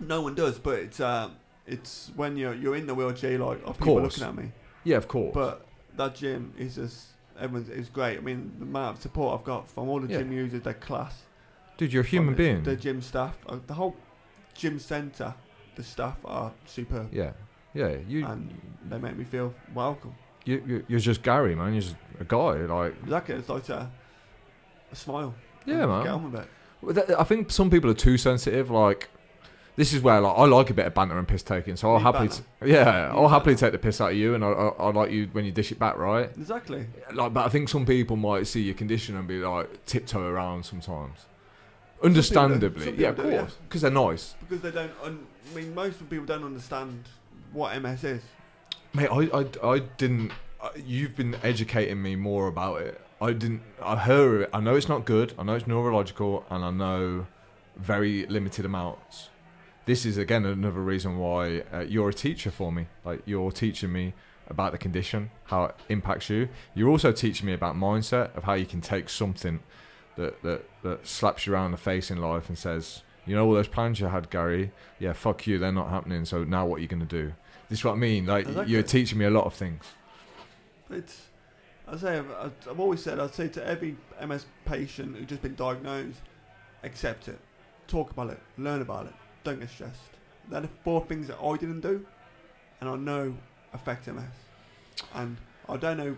[SPEAKER 1] No one does, but it's um, it's when you're you're in the wheelchair, like are
[SPEAKER 2] Of
[SPEAKER 1] people
[SPEAKER 2] course.
[SPEAKER 1] looking at me.
[SPEAKER 2] Yeah, of course.
[SPEAKER 1] But that gym is just everyone's is great. I mean, the amount of support I've got from all the
[SPEAKER 2] Yeah.
[SPEAKER 1] gym users, their class,
[SPEAKER 2] Dude, you're a human
[SPEAKER 1] from the-
[SPEAKER 2] being.
[SPEAKER 1] the gym staff, uh, the whole gym centre, the staff are superb.
[SPEAKER 2] yeah. Yeah. You,
[SPEAKER 1] And They make me feel welcome.
[SPEAKER 2] you, you, you're just Gary, man. You're just a guy. Like,
[SPEAKER 1] Exactly, it's like a, a smile.
[SPEAKER 2] yeah,
[SPEAKER 1] Get
[SPEAKER 2] man.
[SPEAKER 1] on with it.
[SPEAKER 2] Well, that- I think some people are too sensitive. Like, this is where like I like a bit of banter and piss taking, so I'll
[SPEAKER 1] You
[SPEAKER 2] happily,
[SPEAKER 1] banter.
[SPEAKER 2] Oh, t- yeah,
[SPEAKER 1] You
[SPEAKER 2] I'll happily
[SPEAKER 1] banter.
[SPEAKER 2] take the piss out of you, and I, I, I like you when you dish it back, right?
[SPEAKER 1] Exactly.
[SPEAKER 2] Like, but I think some people might see your condition and be like tiptoe around sometimes. Understandably,
[SPEAKER 1] Some people
[SPEAKER 2] yeah, of
[SPEAKER 1] do, yeah.
[SPEAKER 2] course, because they're nice.
[SPEAKER 1] Because they don't, un- I mean, most of people don't understand what MS is.
[SPEAKER 2] Mate, I, I, I didn't. I, Uh, you've been educating me more about it. I didn't. I heard it. I know it's not good. I know it's neurological, and I know very limited amounts. This is again another reason why uh, you're a teacher for me. Like you're teaching me about the condition, how it impacts you. You're also teaching me about mindset of how you can take something that that that slaps you around the face in life and says, you know, all those plans you had, Gary. Yeah, fuck you. They're not happening. So now what are you gonna do? This is what I mean. Like
[SPEAKER 1] Exactly.
[SPEAKER 2] you're teaching me a lot of things.
[SPEAKER 1] It's, I say, I've, I've I've always said, I'd say to every MS patient who's just been diagnosed, accept it, talk about it, learn about it, don't get stressed. They're the four things that I didn't do, and I know affect MS. And I don't know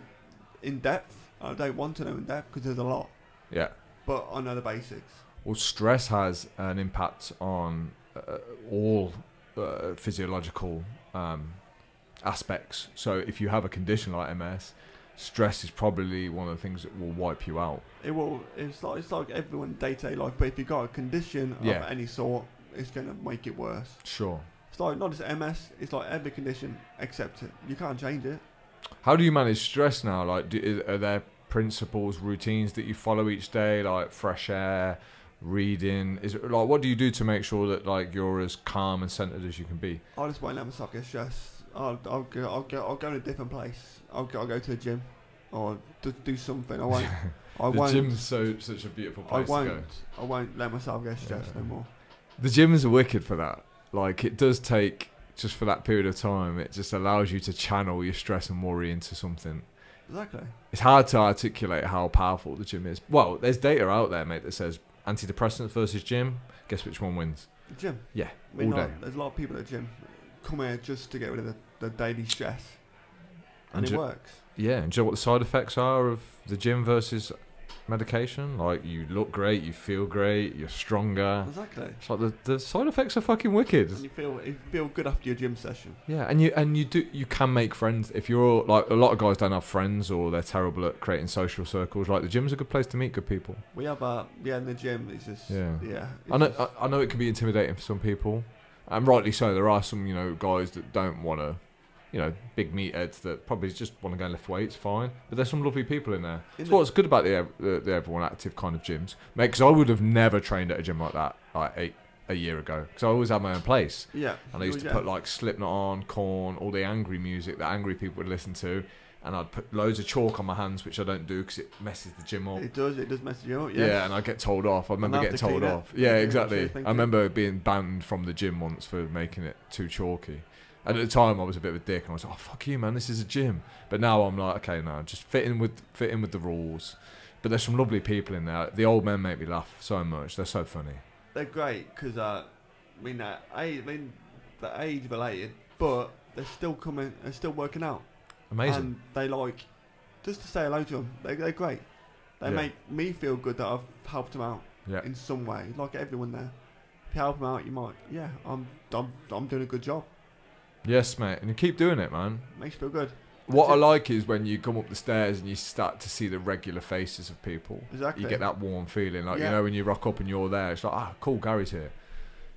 [SPEAKER 1] in depth. I don't want to know in depth because there's a lot,
[SPEAKER 2] Yeah.
[SPEAKER 1] but I know the basics.
[SPEAKER 2] Well, stress has an impact on uh, all uh, physiological um, aspects. So, if you have a condition like MS, stress is probably one of the things that will wipe you out.
[SPEAKER 1] It will. It's like it's like everyone day to day life. But if you got a condition
[SPEAKER 2] Yeah.
[SPEAKER 1] of any sort, it's gonna make it worse.
[SPEAKER 2] Sure.
[SPEAKER 1] It's like not just MS. It's like every condition except it. You can't change it.
[SPEAKER 2] How do you manage stress now? Like, do, is, are there principles, routines that you follow each day, like fresh air, reading? Is it like what do you do to make sure that like you're as calm and centered as you can be?
[SPEAKER 1] I just won't let myself get stressed. I'll I'll go I'll go I'll go to a different place. I'll go, I'll go to a gym or just do something. I won't. I
[SPEAKER 2] the
[SPEAKER 1] won't.
[SPEAKER 2] gym's so such a beautiful
[SPEAKER 1] I
[SPEAKER 2] place to go.
[SPEAKER 1] won't. I won't let myself get stressed
[SPEAKER 2] Yeah.
[SPEAKER 1] no more.
[SPEAKER 2] The gyms are wicked for that. Like it does take just for that period of time. It just allows you to channel your stress and worry into something.
[SPEAKER 1] Exactly.
[SPEAKER 2] It's hard to articulate how powerful the gym is. Well, there's data out there, mate, that says antidepressants versus gym. Guess which one wins?
[SPEAKER 1] The gym.
[SPEAKER 2] Yeah,
[SPEAKER 1] I mean,
[SPEAKER 2] all
[SPEAKER 1] like,
[SPEAKER 2] day.
[SPEAKER 1] there's a lot of people at the gym come here just to get rid of the, the daily stress, and,
[SPEAKER 2] And
[SPEAKER 1] it
[SPEAKER 2] ju-
[SPEAKER 1] works.
[SPEAKER 2] Yeah, and do you know what the side effects are of the gym versus medication? Like you look great, you feel great, you're stronger.
[SPEAKER 1] Exactly.
[SPEAKER 2] It's like the, the side effects are fucking wicked.
[SPEAKER 1] And you feel you feel good after your gym session.
[SPEAKER 2] Yeah, and you and you do you can make friends if you're all, like a lot of guys don't have friends or they're terrible at creating social circles. Like the gym's a good place to meet good people.
[SPEAKER 1] We have a yeah in the gym. It's just
[SPEAKER 2] Yeah.
[SPEAKER 1] yeah. yeah
[SPEAKER 2] I
[SPEAKER 1] it's
[SPEAKER 2] know uh,
[SPEAKER 1] just-
[SPEAKER 2] I, I know it can be intimidating for some people, and rightly so. There are some you know guys that don't want to, you know, big meatheads that probably just want to go and lift weights. Fine, but there's some lovely people in there.
[SPEAKER 1] in
[SPEAKER 2] It's
[SPEAKER 1] the-
[SPEAKER 2] what's good about the, the the everyone active kind of gyms, mate. Because I would have never trained at a gym like that like eight, a year ago because I always had my own place.
[SPEAKER 1] yeah.
[SPEAKER 2] And I used to
[SPEAKER 1] yeah.
[SPEAKER 2] put like Slipknot on, Corn, all the angry music that angry people would listen to, and I'd put loads of chalk on my hands, which I don't do because it messes the gym up.
[SPEAKER 1] It does. It does mess you up. Yes.
[SPEAKER 2] Yeah, and I get told off. I remember
[SPEAKER 1] I have
[SPEAKER 2] getting
[SPEAKER 1] to clean
[SPEAKER 2] told
[SPEAKER 1] it.
[SPEAKER 2] off. Yeah,
[SPEAKER 1] Yeah,
[SPEAKER 2] exactly.
[SPEAKER 1] sure, thank
[SPEAKER 2] I
[SPEAKER 1] you.
[SPEAKER 2] remember being banned from the gym once for making it too chalky. And at the time, I was a bit of a dick, and I was like, "Oh fuck you, man! This is a gym." But now I'm like, "Okay, no, just fit in with fit in with the rules." But there's some lovely people in there. The old men make me laugh so much. They're so funny.
[SPEAKER 1] they're great because uh, I mean, uh, I mean, they're age related, but they're still coming. They're still working out,
[SPEAKER 2] Amazing.
[SPEAKER 1] and they like just to say hello to them. They, they're great. They
[SPEAKER 2] Yeah.
[SPEAKER 1] make me feel good that I've helped them out
[SPEAKER 2] yeah.
[SPEAKER 1] in some way. Like everyone there, if you help them out, you might. Yeah, I'm. I'm. I'm doing a good job.
[SPEAKER 2] Yes, mate. And you keep doing it, man.
[SPEAKER 1] Makes you feel good.
[SPEAKER 2] What I like is when you come up the stairs and you start to see the regular faces of people.
[SPEAKER 1] Exactly.
[SPEAKER 2] You get that warm feeling, like you
[SPEAKER 1] Yeah.
[SPEAKER 2] know when you rock up and you're there. It's like, ah, cool, Gary's here.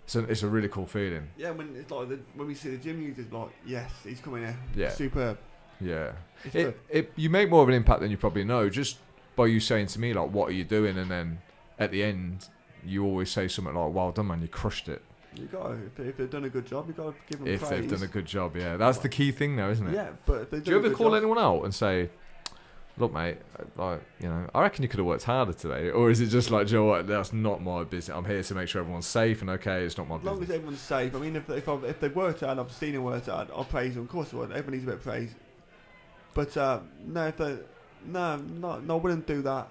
[SPEAKER 2] It's a, it's a really cool feeling.
[SPEAKER 1] Yeah, when it's like the, when we see the gym users, like yes, he's coming here.
[SPEAKER 2] Yeah.
[SPEAKER 1] Superb.
[SPEAKER 2] Yeah,
[SPEAKER 1] It's
[SPEAKER 2] it,
[SPEAKER 1] good.
[SPEAKER 2] it you make more of an impact than you probably know just by you saying to me like, what are you doing? And then at the end, you always say something like, well done, man, you crushed it.
[SPEAKER 1] You got to, if, if they've done a good job, you got to give them
[SPEAKER 2] if
[SPEAKER 1] praise.
[SPEAKER 2] they've done a good job, yeah, that's the key thing, though, isn't it?
[SPEAKER 1] yeah, but if they've
[SPEAKER 2] Do you
[SPEAKER 1] done a
[SPEAKER 2] ever
[SPEAKER 1] good
[SPEAKER 2] call
[SPEAKER 1] job-
[SPEAKER 2] anyone out and say, "Look, mate, like you know, I reckon you could have worked harder today," or is it just like, "Joe, what? That's not my business. I'm here to make sure everyone's safe and okay. It's not my
[SPEAKER 1] As long as
[SPEAKER 2] business."
[SPEAKER 1] everyone's safe, I mean, if if, I, if they were to, and I've seen them were to, I'd- I'll praise them. Of course, I would. Everyone needs a bit of praise. But uh, no, if they, no, no, no, I wouldn't do that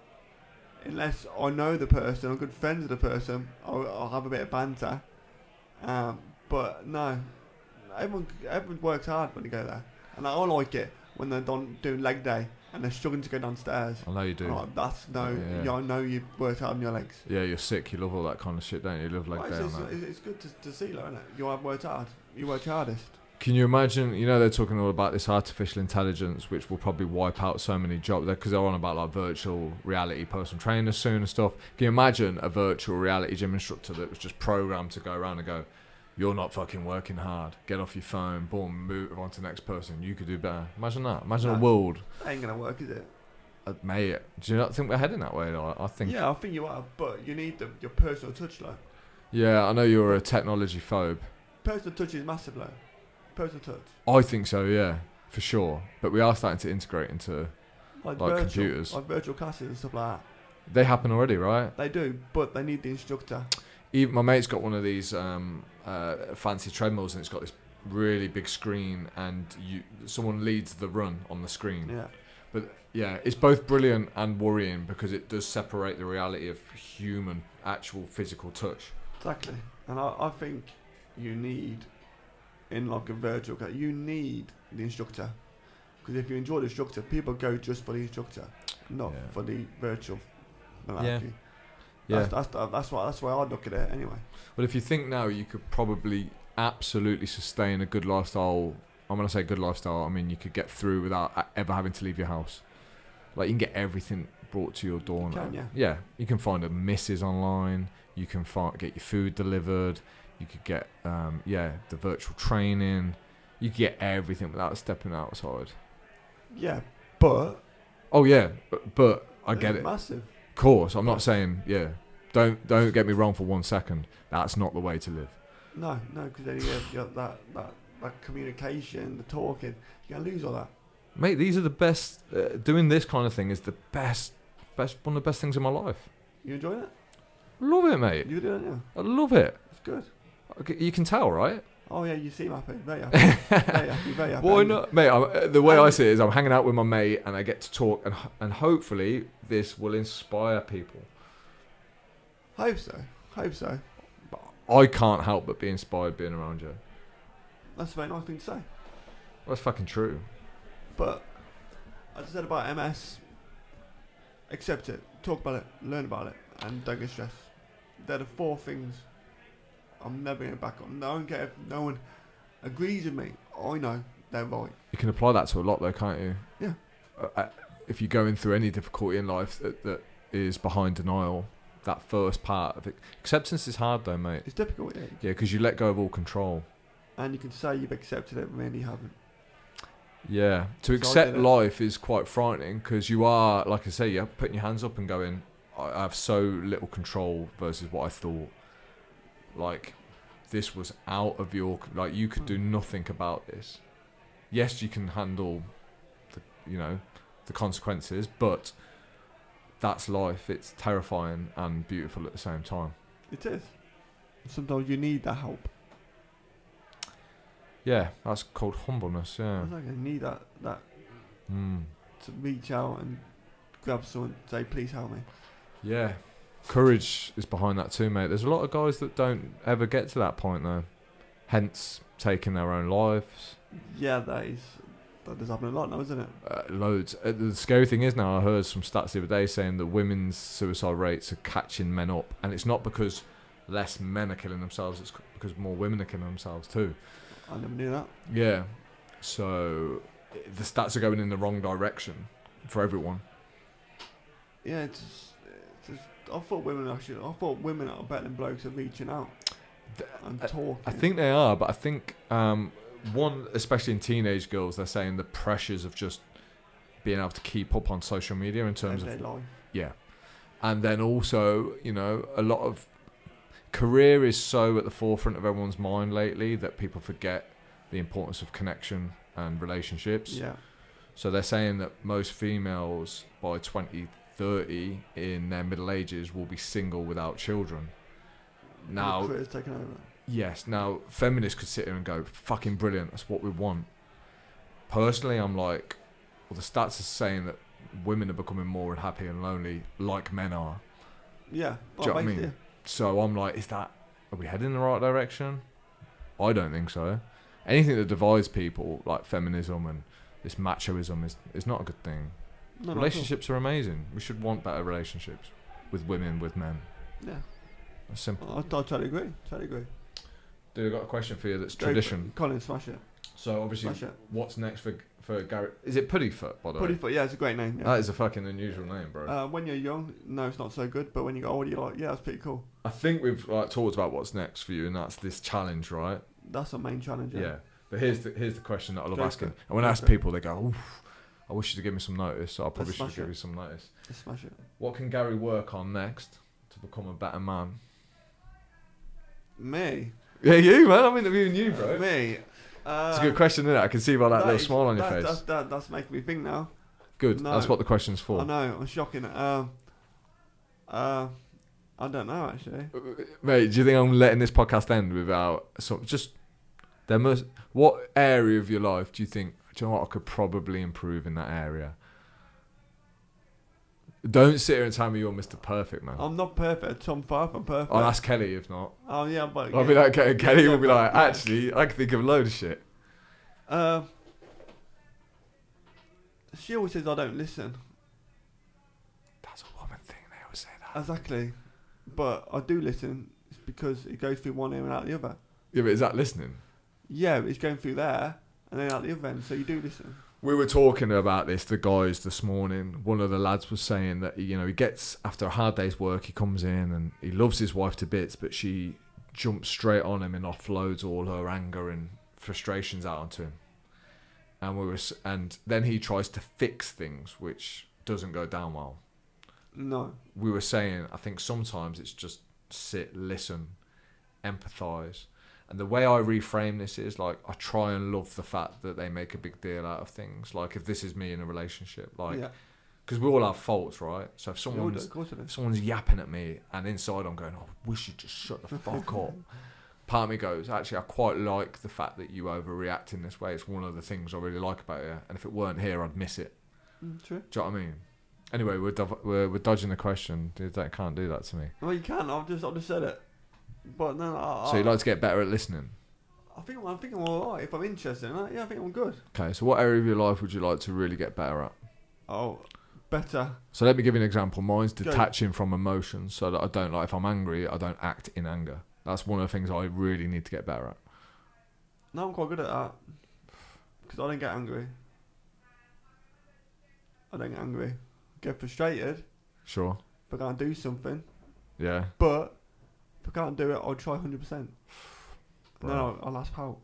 [SPEAKER 1] unless I know the person. I'm good friends with the person. I'll, I'll have a bit of banter. Um, but no, everyone everyone works hard when they go there, and I like it when they're done doing leg day and they're struggling to go downstairs.
[SPEAKER 2] I know you do.
[SPEAKER 1] I'm like, that's no,
[SPEAKER 2] Yeah.
[SPEAKER 1] yeah. I know you worked hard on your legs.
[SPEAKER 2] Yeah, you're sick. You love all that kind of shit, don't you? You love like
[SPEAKER 1] Well,
[SPEAKER 2] that.
[SPEAKER 1] it's,
[SPEAKER 2] and that.
[SPEAKER 1] it's, it's good to, to see, like, isn't it? You have worked hard. You worked your hardest.
[SPEAKER 2] Can you imagine? You know, they're talking all about this artificial intelligence, which will probably wipe out so many jobs because they're on about like virtual reality personal trainers soon and stuff. Can you imagine a virtual reality gym instructor that was just programmed to go around and go, "You're not fucking working hard. Get off your phone. Boom, move on to the next person. You could do better." Imagine that. Imagine
[SPEAKER 1] No.
[SPEAKER 2] a world,
[SPEAKER 1] That ain't gonna work, is it?
[SPEAKER 2] uh, mate. Do you not think we're heading that way? Like, I think.
[SPEAKER 1] yeah, I think you are, but you need the, your personal touch, though.
[SPEAKER 2] Yeah, I know you're a technology phobe.
[SPEAKER 1] Personal touch is massive, though. Personal touch.
[SPEAKER 2] I think so. Yeah, for sure. But we are starting to integrate into.
[SPEAKER 1] Like,
[SPEAKER 2] Like
[SPEAKER 1] virtual,
[SPEAKER 2] computers.
[SPEAKER 1] Like virtual classes and stuff like
[SPEAKER 2] They happen already,
[SPEAKER 1] that.
[SPEAKER 2] right?
[SPEAKER 1] They do, but they need the instructor.
[SPEAKER 2] even my mate's got one of these um, uh, fancy treadmills and it's got this really big screen and you someone leads the run on the screen
[SPEAKER 1] Yeah.
[SPEAKER 2] yeah it's both brilliant and worrying because it does separate the reality of human actual physical touch
[SPEAKER 1] Exactly. And I, I think you need in like a virtual class. You need the instructor because if you enjoy the instructor, people go just for the instructor, not
[SPEAKER 2] Yeah.
[SPEAKER 1] for the virtual.
[SPEAKER 2] Yeah.
[SPEAKER 1] malarkey.
[SPEAKER 2] Yeah.
[SPEAKER 1] That's, that's, that's why that's why I look at it anyway.
[SPEAKER 2] But if you think now, you could probably absolutely sustain a good lifestyle. And when I say good lifestyle, I mean you could get through without a- ever having to leave your house. Like you can get everything brought to your door
[SPEAKER 1] You
[SPEAKER 2] now.
[SPEAKER 1] can, yeah.
[SPEAKER 2] you can find a missus online. You can find, get your food delivered. You could get um, yeah the virtual training. You could get everything without stepping outside.
[SPEAKER 1] Yeah, but
[SPEAKER 2] Oh yeah, but, but I
[SPEAKER 1] it's
[SPEAKER 2] get it.
[SPEAKER 1] Massive.
[SPEAKER 2] course, I'm not saying yeah. Don't don't get me wrong for one second. That's not the way to live.
[SPEAKER 1] No, no, because then you have, you have that that that communication, the talking. You're gonna lose all that.
[SPEAKER 2] Mate, these are the best. Uh, doing this kind of thing is the best, best one of the best things in my life.
[SPEAKER 1] You enjoying it?
[SPEAKER 2] Love it, mate.
[SPEAKER 1] You doing it? Yeah,
[SPEAKER 2] I love it.
[SPEAKER 1] it's good.
[SPEAKER 2] Okay, You can tell, right?
[SPEAKER 1] Oh yeah, you seem happy. Very happy. very happy. Very happy.
[SPEAKER 2] Why
[SPEAKER 1] And
[SPEAKER 2] not, mate? I'm, uh, the way I
[SPEAKER 1] And-
[SPEAKER 2] see it is, I'm hanging out with my mate, and I get to talk, and ho- and hopefully this will inspire people.
[SPEAKER 1] Hope so. Hope so.
[SPEAKER 2] I can't help but be inspired being around you.
[SPEAKER 1] That's a very nice thing to say.
[SPEAKER 2] That's fucking true.
[SPEAKER 1] But as I said about MS, accept it, talk about it, learn about it, and don't get stressed. They're the four things I'm never going back on. No one get no one agrees with me. I know they're right.
[SPEAKER 2] You can apply that to a lot, though, can't you?
[SPEAKER 1] Yeah.
[SPEAKER 2] Uh, uh, if you're going through any difficulty in life that, that is behind denial, that first part of it. Acceptance is hard, though, mate.
[SPEAKER 1] It's difficult, yeah.
[SPEAKER 2] Yeah, because you let go of all control.
[SPEAKER 1] and you can say you've accepted it when you haven't.
[SPEAKER 2] Yeah. To
[SPEAKER 1] So I
[SPEAKER 2] accept
[SPEAKER 1] did it.
[SPEAKER 2] life is quite frightening because you are, like I say, you're putting your hands up and going, I I have so little control versus what I thought. Like, this was out of your, c- like, you could do
[SPEAKER 1] Hmm.
[SPEAKER 2] nothing about this. Yes, you can handle, the, you know, the consequences, but that's life. It's terrifying and beautiful at the same time.
[SPEAKER 1] It is. Sometimes you need that help.
[SPEAKER 2] Yeah, that's called humbleness. Yeah.
[SPEAKER 1] Sometimes you need that that Mm-hmm.
[SPEAKER 2] Mm.
[SPEAKER 1] to reach out and grab someone, and say please help me.
[SPEAKER 2] Yeah. Courage is behind that too, mate. There's a lot of guys that don't ever get to that point though. Hence taking their own lives.
[SPEAKER 1] Yeah, that is that does happen a lot now, isn't it?
[SPEAKER 2] Uh, loads. Uh, the scary thing is now I heard some stats the other day saying that women's suicide rates are catching men up, and it's not because less men are killing themselves. It's c- because more women are killing themselves too.
[SPEAKER 1] I never knew that.
[SPEAKER 2] Yeah. So i- the stats are going in the wrong direction for everyone.
[SPEAKER 1] Yeah, it's, just- it's just- I thought women actually. I thought women are better than blokes at reaching out
[SPEAKER 2] Th-
[SPEAKER 1] and
[SPEAKER 2] uh,
[SPEAKER 1] talking.
[SPEAKER 2] I think they are, but I think um, one, especially in teenage girls, they're saying the pressures of just being able to keep up on social media in terms
[SPEAKER 1] Everyday
[SPEAKER 2] of
[SPEAKER 1] life.
[SPEAKER 2] yeah, and then also you know a lot of career is so at the forefront of everyone's mind lately that people forget the importance of connection and relationships.
[SPEAKER 1] Yeah,
[SPEAKER 2] So they're saying that most females by 2030 in their middle ages will be single without children. Now
[SPEAKER 1] The career's taken over.
[SPEAKER 2] Yes. Now, feminists could sit here and go, "Fucking brilliant! That's what we want." Personally, I'm like, well, the stats are saying that women are becoming more unhappy and lonely, like men are.
[SPEAKER 1] Yeah,
[SPEAKER 2] Do you know what I
[SPEAKER 1] basically,
[SPEAKER 2] mean? So I'm like, is that are we heading in the right direction? I don't think so. Anything that divides people, like feminism and this machoism, is is not a good thing.
[SPEAKER 1] No, not at all.
[SPEAKER 2] relationships are amazing. We should want better relationships with women, with men.
[SPEAKER 1] Yeah,
[SPEAKER 2] That's simple.
[SPEAKER 1] I, I totally agree. Totally agree.
[SPEAKER 2] Dude, I got a question for you. That's
[SPEAKER 1] Go for
[SPEAKER 2] tradition.
[SPEAKER 1] it. Colin, smash it.
[SPEAKER 2] So obviously,
[SPEAKER 1] Smash it.
[SPEAKER 2] What's next for for Gary? Is it Puddyfoot? By the
[SPEAKER 1] Pretty
[SPEAKER 2] way,
[SPEAKER 1] foot. Yeah, it's a great name. Yeah.
[SPEAKER 2] that is a fucking unusual name, bro.
[SPEAKER 1] uh, when you're young, no, it's not so good. But when you get older, you're like, yeah, that's pretty cool.
[SPEAKER 2] I think we've like talked about what's next for you, and that's this challenge, right?
[SPEAKER 1] That's our main challenge.
[SPEAKER 2] Yeah. But here's the here's the question that I love
[SPEAKER 1] Go for
[SPEAKER 2] asking.
[SPEAKER 1] it.
[SPEAKER 2] And when I
[SPEAKER 1] Go
[SPEAKER 2] ask
[SPEAKER 1] for it.
[SPEAKER 2] people, they go, Oof, "I wish you'd give me some notice." So I probably should
[SPEAKER 1] smash
[SPEAKER 2] give
[SPEAKER 1] it.
[SPEAKER 2] you some notice.
[SPEAKER 1] Let's smash it.
[SPEAKER 2] What can Gary work on next to become a better man?
[SPEAKER 1] Me.
[SPEAKER 2] Yeah, you man. I'm interviewing you, bro.
[SPEAKER 1] Me. Uh,
[SPEAKER 2] it's a good question, isn't it? I can see by that, little
[SPEAKER 1] is-
[SPEAKER 2] smile on your
[SPEAKER 1] that-
[SPEAKER 2] face.
[SPEAKER 1] That, that, that's making me think now.
[SPEAKER 2] good.
[SPEAKER 1] no.
[SPEAKER 2] That's what the question's
[SPEAKER 1] I
[SPEAKER 2] for,
[SPEAKER 1] know. I'm shocking. Um, uh, I don't know actually.
[SPEAKER 2] mate. Do you think I'm letting this podcast end without some? Just there must. What area of your life do you think? Do you know what I could probably improve in that area? Don't sit here and tell me you're Mr. Perfect, man.
[SPEAKER 1] I'm not perfect. Tom far from perfect.
[SPEAKER 2] I'll ask Kelly if not.
[SPEAKER 1] oh yeah, but
[SPEAKER 2] I'll be like, Ke- Kelly
[SPEAKER 1] yeah,
[SPEAKER 2] will be
[SPEAKER 1] but-
[SPEAKER 2] like,
[SPEAKER 1] yeah.
[SPEAKER 2] actually, I can think of a load of shit.
[SPEAKER 1] Uh, she always says I don't listen.
[SPEAKER 2] That's a woman thing. They always say
[SPEAKER 1] Uh,
[SPEAKER 2] that.
[SPEAKER 1] Exactly, but I do listen. It's because it goes through one ear and out the other.
[SPEAKER 2] Yeah, but is that listening?
[SPEAKER 1] Yeah, it's going through there and then out the other end. So you do listen.
[SPEAKER 2] We were talking about this, the guys, this morning. One of the lads was saying that, you know, he gets, after a hard day's work, he comes in and he loves his wife to bits, but she jumps straight on him and offloads all her anger and frustrations out onto him. And we were, s- and then he tries to fix things, which doesn't go down well.
[SPEAKER 1] No.
[SPEAKER 2] we were saying, I think sometimes it's just sit, listen, empathize. And the way I reframe this is like I try and love the fact that they make a big deal out of things. Like if this is me in a relationship, like
[SPEAKER 1] yeah.
[SPEAKER 2] because we all have faults, right? So if
[SPEAKER 1] You all do,
[SPEAKER 2] someone's
[SPEAKER 1] of course it
[SPEAKER 2] if
[SPEAKER 1] is.
[SPEAKER 2] someone's yapping at me and inside I'm going, oh, I wish you'd just shut the fuck up. Part of me goes, actually, I quite like the fact that you overreact in this way. It's one of the things I really like about you. And if it weren't here, I'd miss it.
[SPEAKER 1] Mm, true.
[SPEAKER 2] Do you know what I mean? Anyway, we're, div- we're, we're dodging the question. Dude, that can't do that to me.
[SPEAKER 1] Well, you can. I've just I've just said it. But no, no I,
[SPEAKER 2] So you like to get better at listening.
[SPEAKER 1] I think I'm- I think I'm alright if I'm interested. In it. Yeah, I think I'm good.
[SPEAKER 2] Okay, so what area of your life would you like to really get better at?
[SPEAKER 1] Oh, better.
[SPEAKER 2] So let me give you an example. Mine's
[SPEAKER 1] Go.
[SPEAKER 2] detaching from emotions so that I don't like if I'm angry, I don't act in anger. That's one of the things I really need to get better at.
[SPEAKER 1] No, I'm quite good at that. Because I don't get angry. I don't get angry. Get frustrated
[SPEAKER 2] Sure.
[SPEAKER 1] if I can't do something.
[SPEAKER 2] Yeah.
[SPEAKER 1] But if I can't do it, I'll try 100%. No,
[SPEAKER 2] Right.
[SPEAKER 1] No, I'll ask for help.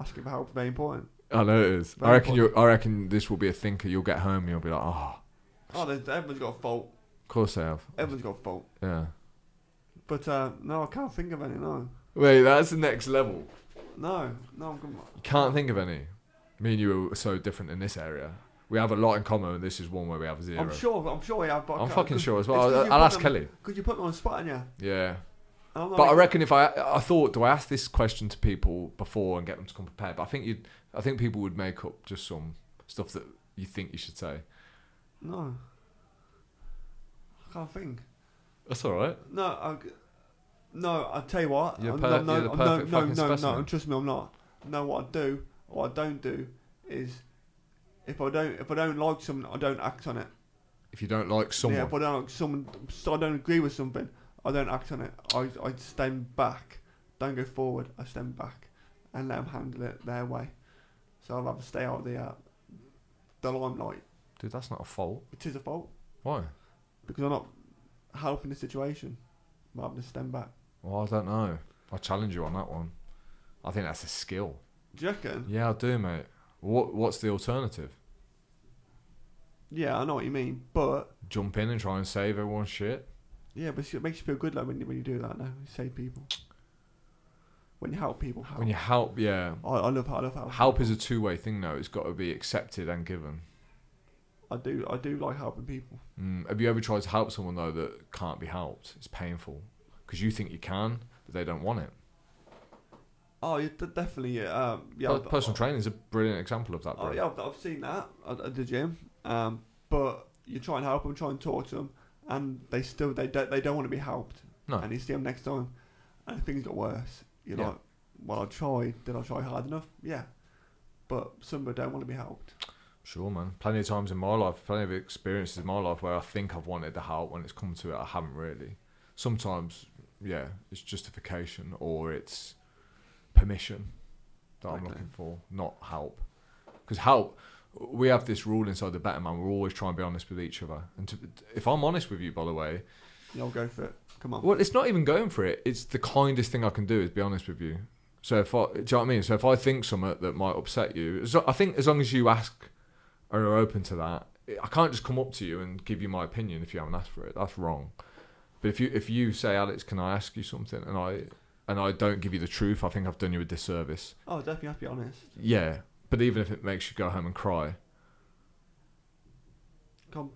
[SPEAKER 1] Asking for help is very important.
[SPEAKER 2] I know it is. I
[SPEAKER 1] Very
[SPEAKER 2] reckon you I reckon this will be a thinker. You'll get home and you'll be like, Oh,
[SPEAKER 1] Oh, there's, everyone's got a fault.
[SPEAKER 2] of course they have.
[SPEAKER 1] Everyone's got a fault.
[SPEAKER 2] Yeah.
[SPEAKER 1] But uh, no, I can't think of any, no.
[SPEAKER 2] Wait, that's the next level.
[SPEAKER 1] No, no, I'm good.
[SPEAKER 2] You can't think of any. Me and you are so different in this area. We have a lot in common and this is one where we have 0
[SPEAKER 1] I'm sure, I'm sure we have, but I
[SPEAKER 2] I'm
[SPEAKER 1] can't-
[SPEAKER 2] fucking
[SPEAKER 1] cause,
[SPEAKER 2] sure as
[SPEAKER 1] it's
[SPEAKER 2] well.
[SPEAKER 1] 'cause
[SPEAKER 2] I'll,
[SPEAKER 1] you
[SPEAKER 2] I'll
[SPEAKER 1] put
[SPEAKER 2] ask
[SPEAKER 1] them-
[SPEAKER 2] Kelly.
[SPEAKER 1] Cause you put me on the spot, and yeah.
[SPEAKER 2] Yeah.
[SPEAKER 1] And I'm not
[SPEAKER 2] But I
[SPEAKER 1] really-
[SPEAKER 2] reckon if I I thought, do I ask this question to people before and get them to come prepared? But I think you, would I think people would make up just some stuff that you think you should say.
[SPEAKER 1] No. I can't think.
[SPEAKER 2] That's all right.
[SPEAKER 1] No, I, no. I tell you what.
[SPEAKER 2] You're
[SPEAKER 1] I'm-
[SPEAKER 2] per-
[SPEAKER 1] no,
[SPEAKER 2] you're the
[SPEAKER 1] no,
[SPEAKER 2] perfect
[SPEAKER 1] no, no,
[SPEAKER 2] fucking
[SPEAKER 1] no, no,
[SPEAKER 2] specimen.
[SPEAKER 1] Trust me, I'm not. No, what I do or I don't do is if I don't if I don't like something, I don't act on it.
[SPEAKER 2] If you don't like someone,
[SPEAKER 1] Yeah, if I don't like someone, so I don't agree with something, I don't act on it. I I stand back, don't go forward. I stand back and let them handle it their way. So I'd rather stay out of the uh, the limelight,
[SPEAKER 2] dude, that's not a fault.
[SPEAKER 1] which is a fault
[SPEAKER 2] Why?
[SPEAKER 1] because I'm not helping the situation. Rather than stand back.
[SPEAKER 2] Well, I don't know. I challenge you on that one. I think that's a skill.
[SPEAKER 1] Do you reckon?
[SPEAKER 2] Yeah, I do, mate. What What's the alternative?
[SPEAKER 1] Yeah, I know what you mean, but
[SPEAKER 2] Jump in and try and save everyone's shit.
[SPEAKER 1] yeah, but it makes you feel good like when you, when you do that. Now you save people, when you help people, help.
[SPEAKER 2] When you help, yeah,
[SPEAKER 1] I, I love I love help.
[SPEAKER 2] help is a two way thing. though. it's got to be accepted and given.
[SPEAKER 1] I do I do like helping people.
[SPEAKER 2] Mm. Have you ever tried to help someone though that can't be helped? It's painful because you think you can, but they don't want it.
[SPEAKER 1] Oh, yeah, de- definitely. Yeah, um, yeah.
[SPEAKER 2] Per-
[SPEAKER 1] I've-
[SPEAKER 2] personal training is a brilliant example of that. Bro.
[SPEAKER 1] Oh, yeah, I've, I've seen that at, at the gym. Um, but you try and help them, try and talk to them, and they still they don't they don't want to be helped.
[SPEAKER 2] No.
[SPEAKER 1] And you see them next time, and things got worse. You're
[SPEAKER 2] Yeah.
[SPEAKER 1] like, well, I tried. Did I try hard enough? Yeah. But some people don't want to be helped.
[SPEAKER 2] Sure, man. Plenty of times in my life, plenty of experiences in my life where I think I've wanted the help. When it's come to it, I haven't really. Sometimes, yeah, it's justification or it's permission that I'm
[SPEAKER 1] Okay.
[SPEAKER 2] looking for, not help. Because help, we have this rule inside the Better Man. We're always trying to be honest with each other. And to, if I'm honest with you, by the way,
[SPEAKER 1] Yeah, I'll go for it. Come on.
[SPEAKER 2] Well, it's not even going for it. It's the kindest thing I can do is be honest with you. So if I, do you know what I mean? So if I think something that might upset you, as lo- I think as long as you ask or are open to that, I can't just come up to you and give you my opinion if you haven't asked for it. That's wrong. But if you if you say, Alex, can I ask you something? And I and I don't give you the truth, I think I've done you a disservice.
[SPEAKER 1] Oh, definitely have to be honest.
[SPEAKER 2] Yeah, but even if it makes you go home and cry,
[SPEAKER 1] Come,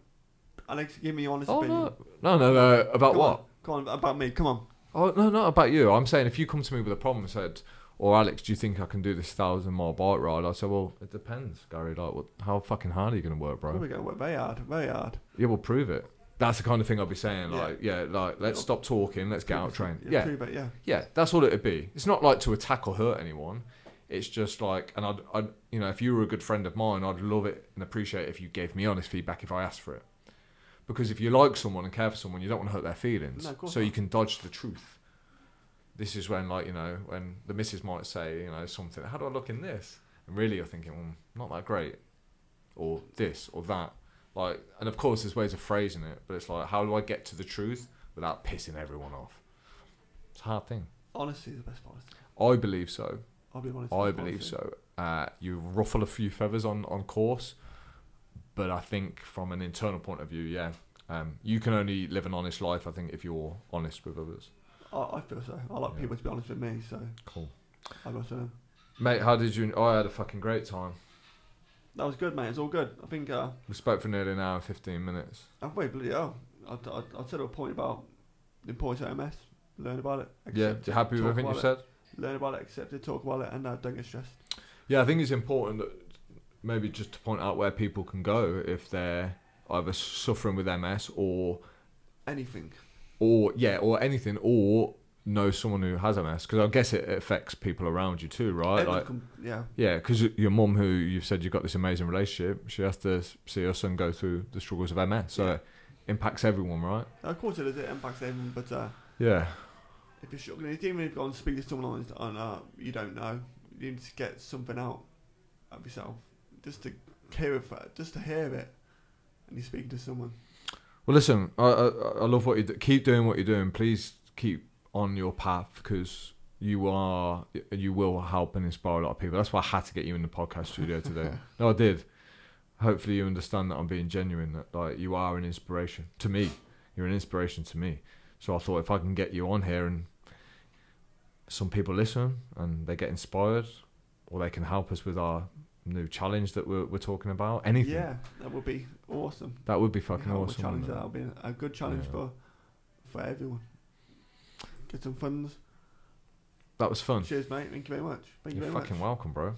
[SPEAKER 1] Alex, give me your honest
[SPEAKER 2] oh
[SPEAKER 1] opinion.
[SPEAKER 2] no, no, no, no, about
[SPEAKER 1] Come
[SPEAKER 2] what?
[SPEAKER 1] On. Come on, about me. Come on.
[SPEAKER 2] Oh no, not about you. I'm saying if you come to me with a problem and said, or Alex, do you think I can do this thousand mile bike ride? I said, well, it depends, Gary. Like, what, how fucking hard are you going to work, bro?
[SPEAKER 1] Probably going to work very hard, very hard.
[SPEAKER 2] Yeah, we'll prove it. That's the kind of thing I'd be saying.
[SPEAKER 1] Yeah.
[SPEAKER 2] Like, yeah, like let's
[SPEAKER 1] Yeah.
[SPEAKER 2] stop talking. Let's get out train.
[SPEAKER 1] Yeah,
[SPEAKER 2] Yeah,
[SPEAKER 1] true, but yeah.
[SPEAKER 2] yeah, that's all it'd be. It's not like to attack or hurt anyone. It's just like, and I'd, I'd, you know, if you were a good friend of mine, I'd love it and appreciate it if you gave me honest feedback if I asked for it. Because if you like someone and care for someone, you don't want to hurt their feelings.
[SPEAKER 1] No, of course
[SPEAKER 2] so you
[SPEAKER 1] not.
[SPEAKER 2] can dodge the truth. This is when, like, you know, when the missus might say, you know, something, how do I look in this? And really you're thinking, well, not that great. Or this or that. Like, and of course, there's ways of phrasing it, but it's like, how do I get to the truth without pissing everyone off? It's a hard thing.
[SPEAKER 1] Honesty is the best policy.
[SPEAKER 2] I believe so.
[SPEAKER 1] I'll be honest.
[SPEAKER 2] I believe so. Uh, you ruffle a few feathers on, on course, but I think from an internal point of view, yeah, um, you can only live an honest life. I think if you're honest with others.
[SPEAKER 1] I, I feel so. I like
[SPEAKER 2] Yeah.
[SPEAKER 1] people to be honest with me, so
[SPEAKER 2] Cool,
[SPEAKER 1] I got to them.
[SPEAKER 2] mate. How did you? I had a fucking great time.
[SPEAKER 1] That was good, mate. It's all good. I think uh,
[SPEAKER 2] We spoke for nearly an hour and fifteen minutes.
[SPEAKER 1] I'm very bloody hell. I, I, I said a point about the importance of MS. Learn about it.
[SPEAKER 2] yeah,
[SPEAKER 1] accept
[SPEAKER 2] you
[SPEAKER 1] it,
[SPEAKER 2] happy with
[SPEAKER 1] talk
[SPEAKER 2] everything
[SPEAKER 1] about
[SPEAKER 2] you
[SPEAKER 1] it.
[SPEAKER 2] said?
[SPEAKER 1] Learn about it, accept it, talk about it, and uh, don't get stressed.
[SPEAKER 2] Yeah, I think it's important that maybe just to point out where people can go if they're either suffering with MS or
[SPEAKER 1] Anything.
[SPEAKER 2] or yeah, or anything, or know someone who has MS because I guess it affects people around you too, right?
[SPEAKER 1] Everyone
[SPEAKER 2] Like,
[SPEAKER 1] can- yeah.
[SPEAKER 2] yeah, because your mum, who you've said you've got this amazing relationship, she has to s- see her son go through the struggles of MS, so
[SPEAKER 1] Yeah.
[SPEAKER 2] it impacts everyone, right?
[SPEAKER 1] Of course it is. It impacts everyone, but uh,
[SPEAKER 2] Yeah,
[SPEAKER 1] if you're struggling, even if you go and speak to someone on, on uh, you don't know, you need to get something out of yourself just to hear it, for- just to hear it, and you speak to someone.
[SPEAKER 2] Well, listen, I, I, I love what you do. Keep doing what you're doing. Please keep on your path because you are, you will help and inspire a lot of people. That's why I had to get you in the podcast studio today. no, I did. Hopefully, you understand that I'm being genuine. That like you are an inspiration to me. You're an inspiration to me. So I thought if I can get you on here and some people listen and they get inspired, or they can help us with our new challenge that we're, we're talking about. Anything
[SPEAKER 1] Yeah, that would be awesome.
[SPEAKER 2] that would be fucking
[SPEAKER 1] Yeah, I would
[SPEAKER 2] awesome.
[SPEAKER 1] Challenge
[SPEAKER 2] wouldn't it?
[SPEAKER 1] that. That'll be a good challenge
[SPEAKER 2] Yeah.
[SPEAKER 1] for for everyone. Get some funds.
[SPEAKER 2] That was fun.
[SPEAKER 1] Cheers, mate. Thank you very much. Thank you
[SPEAKER 2] You're
[SPEAKER 1] very
[SPEAKER 2] fucking
[SPEAKER 1] much.
[SPEAKER 2] welcome, bro.